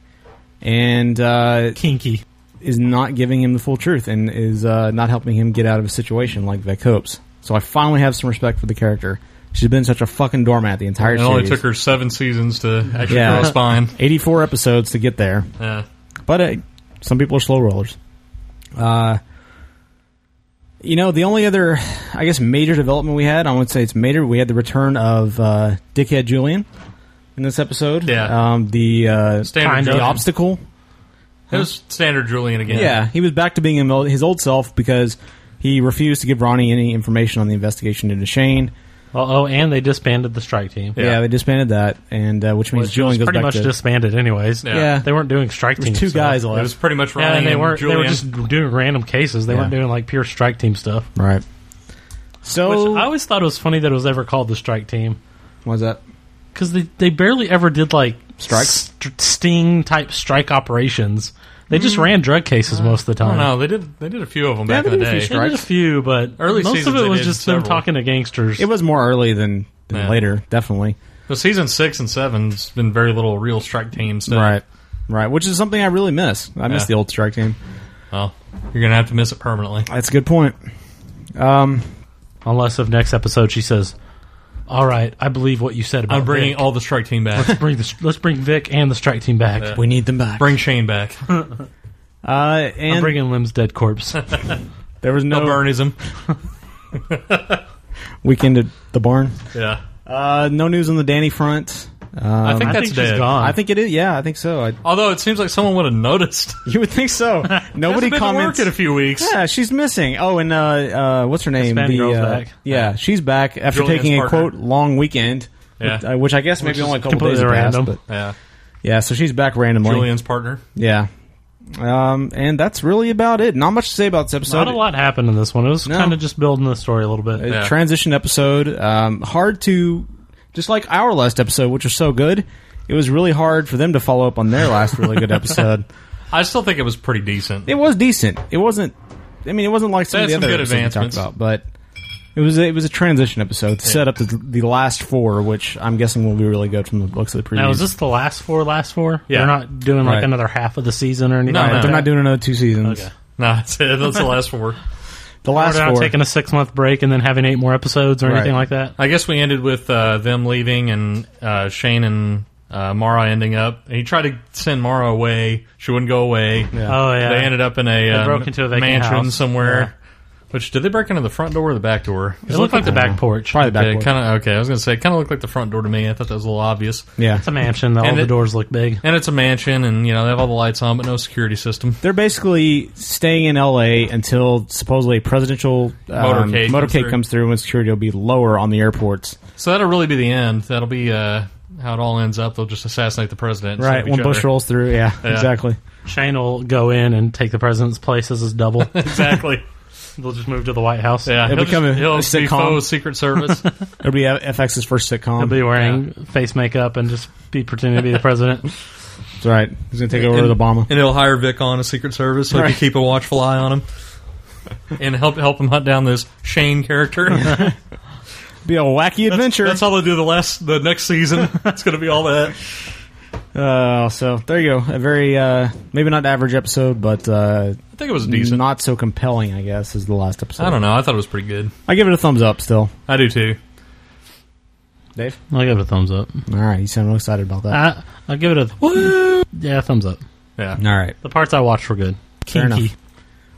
Speaker 3: and uh,
Speaker 8: kinky
Speaker 3: is not giving him the full truth and is uh, not helping him get out of a situation like Vic hopes. So I finally have some respect for the character. She's been such a fucking doormat the entire
Speaker 2: It
Speaker 3: series.
Speaker 2: only took her seven seasons to actually grow a spine.
Speaker 3: 84 episodes to get there.
Speaker 2: Yeah.
Speaker 3: But hey, some people are slow rollers. Uh, you know, the only other, I guess, major development we had, I would say it's major, we had the return of uh, Dickhead Julian in this episode.
Speaker 2: Yeah.
Speaker 3: Um, the uh,
Speaker 2: Standard
Speaker 3: kind of the
Speaker 2: Julian.
Speaker 3: obstacle.
Speaker 2: It was standard Julian again.
Speaker 3: Yeah, he was back to being him- his old self because he refused to give Ronnie any information on the investigation into Shane.
Speaker 8: oh, and they disbanded the strike team.
Speaker 3: Yeah, they disbanded that, and uh, which means
Speaker 8: Which was
Speaker 3: Julian goes
Speaker 8: pretty
Speaker 3: back
Speaker 8: much
Speaker 3: to
Speaker 8: disbanded, anyways.
Speaker 3: Yeah. Yeah.
Speaker 8: they weren't doing strike
Speaker 3: There was
Speaker 8: team.
Speaker 3: two
Speaker 8: stuff.
Speaker 3: guys left.
Speaker 2: It was pretty much
Speaker 8: Yeah,
Speaker 2: Ronnie
Speaker 8: and they
Speaker 2: and
Speaker 8: weren't. They were
Speaker 2: Julian.
Speaker 8: just doing random cases. They weren't
Speaker 2: Yeah.
Speaker 8: doing like pure strike team stuff.
Speaker 3: Right. So
Speaker 8: I always thought it was funny that it was ever called the strike team.
Speaker 3: Was that
Speaker 8: because they they barely ever did like
Speaker 3: Strikes?
Speaker 8: st- sting type strike operations. They just
Speaker 2: Mm.
Speaker 8: ran drug cases most of the
Speaker 2: I
Speaker 8: time.
Speaker 2: don't know. They did. They did a few of them
Speaker 8: Yeah,
Speaker 2: back
Speaker 8: they
Speaker 2: in the
Speaker 8: did a
Speaker 2: day.
Speaker 8: few strikes. They did a few, but
Speaker 2: early
Speaker 8: most of
Speaker 2: seasons
Speaker 8: it
Speaker 2: they
Speaker 8: was
Speaker 2: did
Speaker 8: just them
Speaker 2: several.
Speaker 8: talking to gangsters.
Speaker 3: It was more early than, than later, definitely.
Speaker 2: Well, season six and seven's been very little real strike team stuff.
Speaker 3: Right. Right, which is something I really miss. I miss
Speaker 2: Yeah.
Speaker 3: the old strike team.
Speaker 2: Well, you're gonna have to miss it permanently.
Speaker 3: That's a good point.
Speaker 8: Um, unless of next episode she says, "All right, I believe what you said about."
Speaker 2: I'm bringing
Speaker 8: Vic.
Speaker 2: all the strike team back.
Speaker 8: Let's bring the, let's bring Vic and the strike team back.
Speaker 2: Yeah. We need them back. Bring Shane back.
Speaker 8: uh,
Speaker 3: and
Speaker 8: I'm bringing Lim's dead corpse.
Speaker 3: there was no
Speaker 2: Burnism.
Speaker 3: Weekend at the barn.
Speaker 2: Yeah.
Speaker 3: Uh, no news on the Danny front. Um,
Speaker 2: I think I that's think she's dead. gone.
Speaker 3: I think it is. Yeah, I think so. I,
Speaker 2: Although it seems like someone would have noticed.
Speaker 3: you would think so. Nobody
Speaker 2: Hasn't been to
Speaker 3: comments.
Speaker 2: work in a few weeks.
Speaker 3: Yeah, she's missing. Oh, and uh, uh, what's her name?
Speaker 2: Hispanic girl's
Speaker 3: uh,
Speaker 2: back.
Speaker 3: Yeah, she's back after
Speaker 2: Julian's
Speaker 3: taking a
Speaker 2: partner.
Speaker 3: quote long weekend.
Speaker 2: Yeah.
Speaker 3: with- uh, which I guess
Speaker 2: Which
Speaker 3: maybe
Speaker 2: is
Speaker 3: only a couple days
Speaker 2: completely
Speaker 3: passed,
Speaker 2: random.
Speaker 3: but-
Speaker 2: Yeah.
Speaker 3: yeah. So she's back randomly.
Speaker 2: Julian's partner.
Speaker 3: Yeah. Um, and that's really about it. Not much to say about this episode.
Speaker 8: Not a lot happened in this one. It was kind of just building the story a little bit.
Speaker 3: a transition episode. Um, hard to, just like our last episode, which was so good. It was really hard for them to follow up on their last really good episode.
Speaker 2: I still think it was pretty decent.
Speaker 3: It was decent. It wasn't. I mean, it wasn't like some
Speaker 2: They
Speaker 3: of the
Speaker 2: had
Speaker 3: other
Speaker 2: some good
Speaker 3: episodes we talked
Speaker 2: advancements.
Speaker 3: about, but it was a, it was a transition episode to set up the, the last four, which I'm guessing will be really good from the looks of the previews.
Speaker 8: Now is this the last four? Last four?
Speaker 3: Yeah.
Speaker 8: They're not doing like
Speaker 3: Right.
Speaker 8: another half of the season or anything.
Speaker 3: Right,
Speaker 8: like
Speaker 3: they're
Speaker 8: that?
Speaker 3: not doing another two seasons.
Speaker 8: Okay.
Speaker 2: No, that's it. That's the last four.
Speaker 3: The last
Speaker 8: We're not
Speaker 3: four.
Speaker 8: taking a six month break and then having eight more episodes or anything like that.
Speaker 2: I guess we ended with uh, them leaving and uh, Shane and uh, Mara ending up. And he tried to send Mara away. She wouldn't go away.
Speaker 8: Oh, yeah.
Speaker 2: They ended up in
Speaker 8: They
Speaker 2: a, uh,
Speaker 8: broke into a vacant
Speaker 2: mansion
Speaker 8: house.
Speaker 2: somewhere.
Speaker 8: Yeah.
Speaker 2: Which did they break into the front door or the back door?
Speaker 8: It looked like the back porch. Probably the back porch.
Speaker 2: Kind of okay. I was gonna say kind of looked like the front door to me. I thought that was a little obvious.
Speaker 3: Yeah.
Speaker 8: It's a mansion. All
Speaker 2: And
Speaker 8: the
Speaker 2: it-
Speaker 8: doors look big.
Speaker 2: And it's a mansion, and you know they have all the lights on, but no security system.
Speaker 3: They're basically staying in L.A. until supposedly a presidential um,
Speaker 2: Motorcade comes
Speaker 3: motorcade
Speaker 2: through.
Speaker 3: comes through, and security will be lower on the airports.
Speaker 2: So that'll really be the end. That'll be uh, how it all ends up. They'll just assassinate the president. instead
Speaker 3: Right,
Speaker 2: of each
Speaker 3: when Bush
Speaker 2: other.
Speaker 3: rolls through, yeah, exactly.
Speaker 8: Shane will go in and take the president's place as his double.
Speaker 2: exactly.
Speaker 8: They'll just move to the White House.
Speaker 2: Yeah,
Speaker 3: It'll
Speaker 2: he'll
Speaker 3: become
Speaker 2: just-
Speaker 3: a-
Speaker 2: he'll
Speaker 3: a
Speaker 2: be
Speaker 3: sitcom.
Speaker 2: faux Secret Service.
Speaker 3: It'll be FX's first sitcom.
Speaker 8: He'll be wearing face makeup and just be pretending to be the president.
Speaker 3: That's right. He's gonna take over
Speaker 2: and,
Speaker 3: with Obama.
Speaker 2: and he'll hire Vic on a Secret Service so he
Speaker 3: Right.
Speaker 2: can keep a watchful eye on him and help help him hunt down this Shane character.
Speaker 3: be a wacky adventure.
Speaker 2: That's, all they do the last the next season. It's going to be all that.
Speaker 3: Uh, so there you go. A very uh, maybe not average episode, but uh, I
Speaker 2: think it was decent.
Speaker 3: Not so compelling, I guess, is the last episode.
Speaker 2: I don't know. I thought it was pretty good.
Speaker 3: I give it a thumbs up. Still,
Speaker 2: I do too.
Speaker 3: Dave.
Speaker 8: I'll give it a thumbs up.
Speaker 3: All right, you sound real excited about that.
Speaker 8: I, I'll give it a woo. Yeah, thumbs up.
Speaker 2: Yeah.
Speaker 3: All right.
Speaker 8: The parts I watched were good.
Speaker 3: Fair enough.
Speaker 8: Kinky.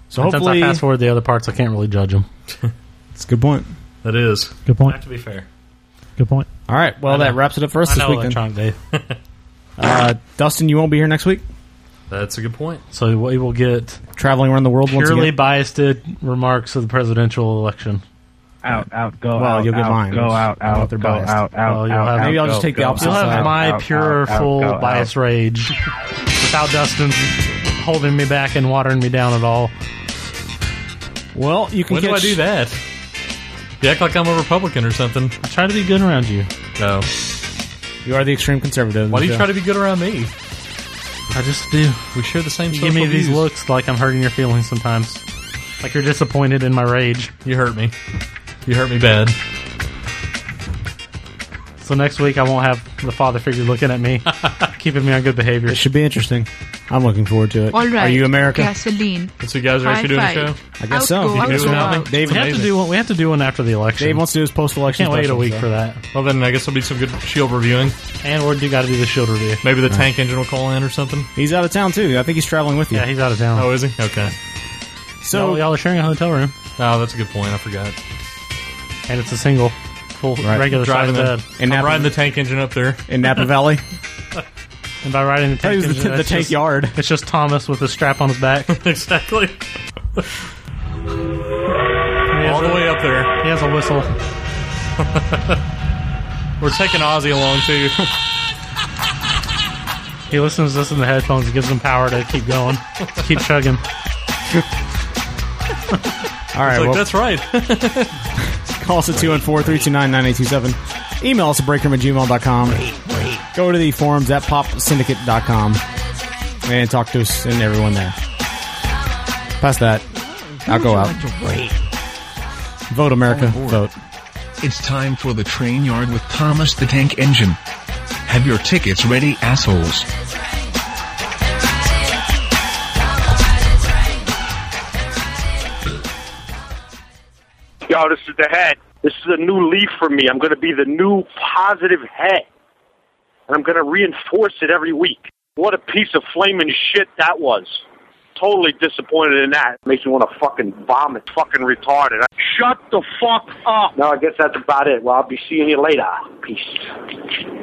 Speaker 3: So
Speaker 8: And
Speaker 3: hopefully-
Speaker 8: since I fast forward the other parts, I can't really judge them.
Speaker 3: It's a good point.
Speaker 2: That is
Speaker 8: Good point.
Speaker 2: Not to be fair.
Speaker 8: Good point.
Speaker 3: All right. Well, that wraps it up for us
Speaker 8: I
Speaker 3: this
Speaker 8: know
Speaker 3: week.
Speaker 8: electronic
Speaker 3: then. uh, Dustin, you won't be here next week.
Speaker 2: That's a good point.
Speaker 8: So we will get
Speaker 3: Traveling around the world once
Speaker 8: purely
Speaker 3: again.
Speaker 8: biased remarks of the presidential election.
Speaker 11: Out, out, go
Speaker 3: Well,
Speaker 11: out.
Speaker 3: you'll get
Speaker 11: out,
Speaker 3: mine.
Speaker 11: Go out,
Speaker 3: I don't know if
Speaker 11: out,
Speaker 3: they're
Speaker 11: go
Speaker 3: biased.
Speaker 11: out, out,
Speaker 8: Well, you'll
Speaker 11: out,
Speaker 8: have-
Speaker 11: out,
Speaker 8: Maybe I'll
Speaker 11: go,
Speaker 8: just take the
Speaker 11: go,
Speaker 8: opposite
Speaker 11: go,
Speaker 8: side. You'll have my
Speaker 11: out,
Speaker 8: pure,
Speaker 11: out, out,
Speaker 8: full
Speaker 11: go, out.
Speaker 8: bias rage without Dustin holding me back and watering me down at all.
Speaker 3: Well, you
Speaker 2: When do I do that? You act like I'm a Republican or something. I
Speaker 8: try to be good around you.
Speaker 2: No.
Speaker 3: You are the extreme conservative.
Speaker 2: Why do you
Speaker 3: Michelle.
Speaker 2: try to be good around me?
Speaker 8: I just do.
Speaker 2: We share the same.
Speaker 8: You give me
Speaker 2: social
Speaker 8: these
Speaker 2: views.
Speaker 8: looks like I'm hurting your feelings sometimes. Like you're disappointed in my rage.
Speaker 2: You hurt me. You hurt me bad.
Speaker 8: So next week I won't have the father figure looking at me, keeping me on good behavior.
Speaker 3: It should be interesting. I'm looking forward to it.
Speaker 14: All right.
Speaker 3: Are you America?
Speaker 14: Gasoline.
Speaker 2: So you guys
Speaker 14: are actually doing a High show? five.
Speaker 3: I guess so.
Speaker 14: Out go, You out do go, without me? out.
Speaker 3: Dave,
Speaker 8: we have to
Speaker 3: amazing.
Speaker 8: do one. We have to do one after the election.
Speaker 3: Dave wants to do his post-election.
Speaker 8: Can't wait a
Speaker 3: special,
Speaker 8: week
Speaker 3: so.
Speaker 8: for that.
Speaker 2: Well, then I guess there'll be some good shield reviewing.
Speaker 8: And we're got to do the shield review.
Speaker 2: Maybe the
Speaker 3: Right.
Speaker 2: tank engine will call in or something.
Speaker 3: He's out of town too. I think he's traveling with you.
Speaker 8: Yeah, he's out of town.
Speaker 2: Oh, is he? Okay.
Speaker 3: So-
Speaker 8: y'all, y'all are sharing a hotel room,
Speaker 2: Oh, that's a good point. I forgot.
Speaker 8: and it's a single, full
Speaker 2: Right.
Speaker 8: regular
Speaker 2: Driving
Speaker 8: size
Speaker 2: the-
Speaker 8: bed.
Speaker 2: I'm Napa- riding the tank engine up there
Speaker 3: in Napa Valley.
Speaker 8: and by riding the
Speaker 3: That
Speaker 8: tank,
Speaker 3: is the
Speaker 8: engine,
Speaker 3: t- the
Speaker 8: that's
Speaker 3: tank
Speaker 8: just-
Speaker 3: yard.
Speaker 8: It's just Thomas with a strap on his back.
Speaker 2: exactly. All the way up there.
Speaker 8: He has a whistle.
Speaker 2: We're taking Ozzy along too.
Speaker 8: He listens to this in the headphones. It gives him power to keep going, to keep chugging.
Speaker 3: All right.
Speaker 2: It's like,
Speaker 3: well,
Speaker 2: that's right.
Speaker 3: Call us at 214-329-9827. Email us at breakroom at gmail.com. Go to the forums at popsyndicate.com and talk to us and everyone there. Past that, I'll go out. Vote America. Vote.
Speaker 6: It's time for the train yard with Thomas the Tank Engine. Have your tickets ready, assholes.
Speaker 12: no, this is the head. This is a new leaf for me. I'm going to be the new positive head. And I'm going to reinforce it every week. What a piece of flaming shit that was. Totally disappointed in that. Makes me want to fucking vomit. Fucking retarded. Shut the fuck up. No, I guess that's about it. Well, I'll be seeing you later. Peace.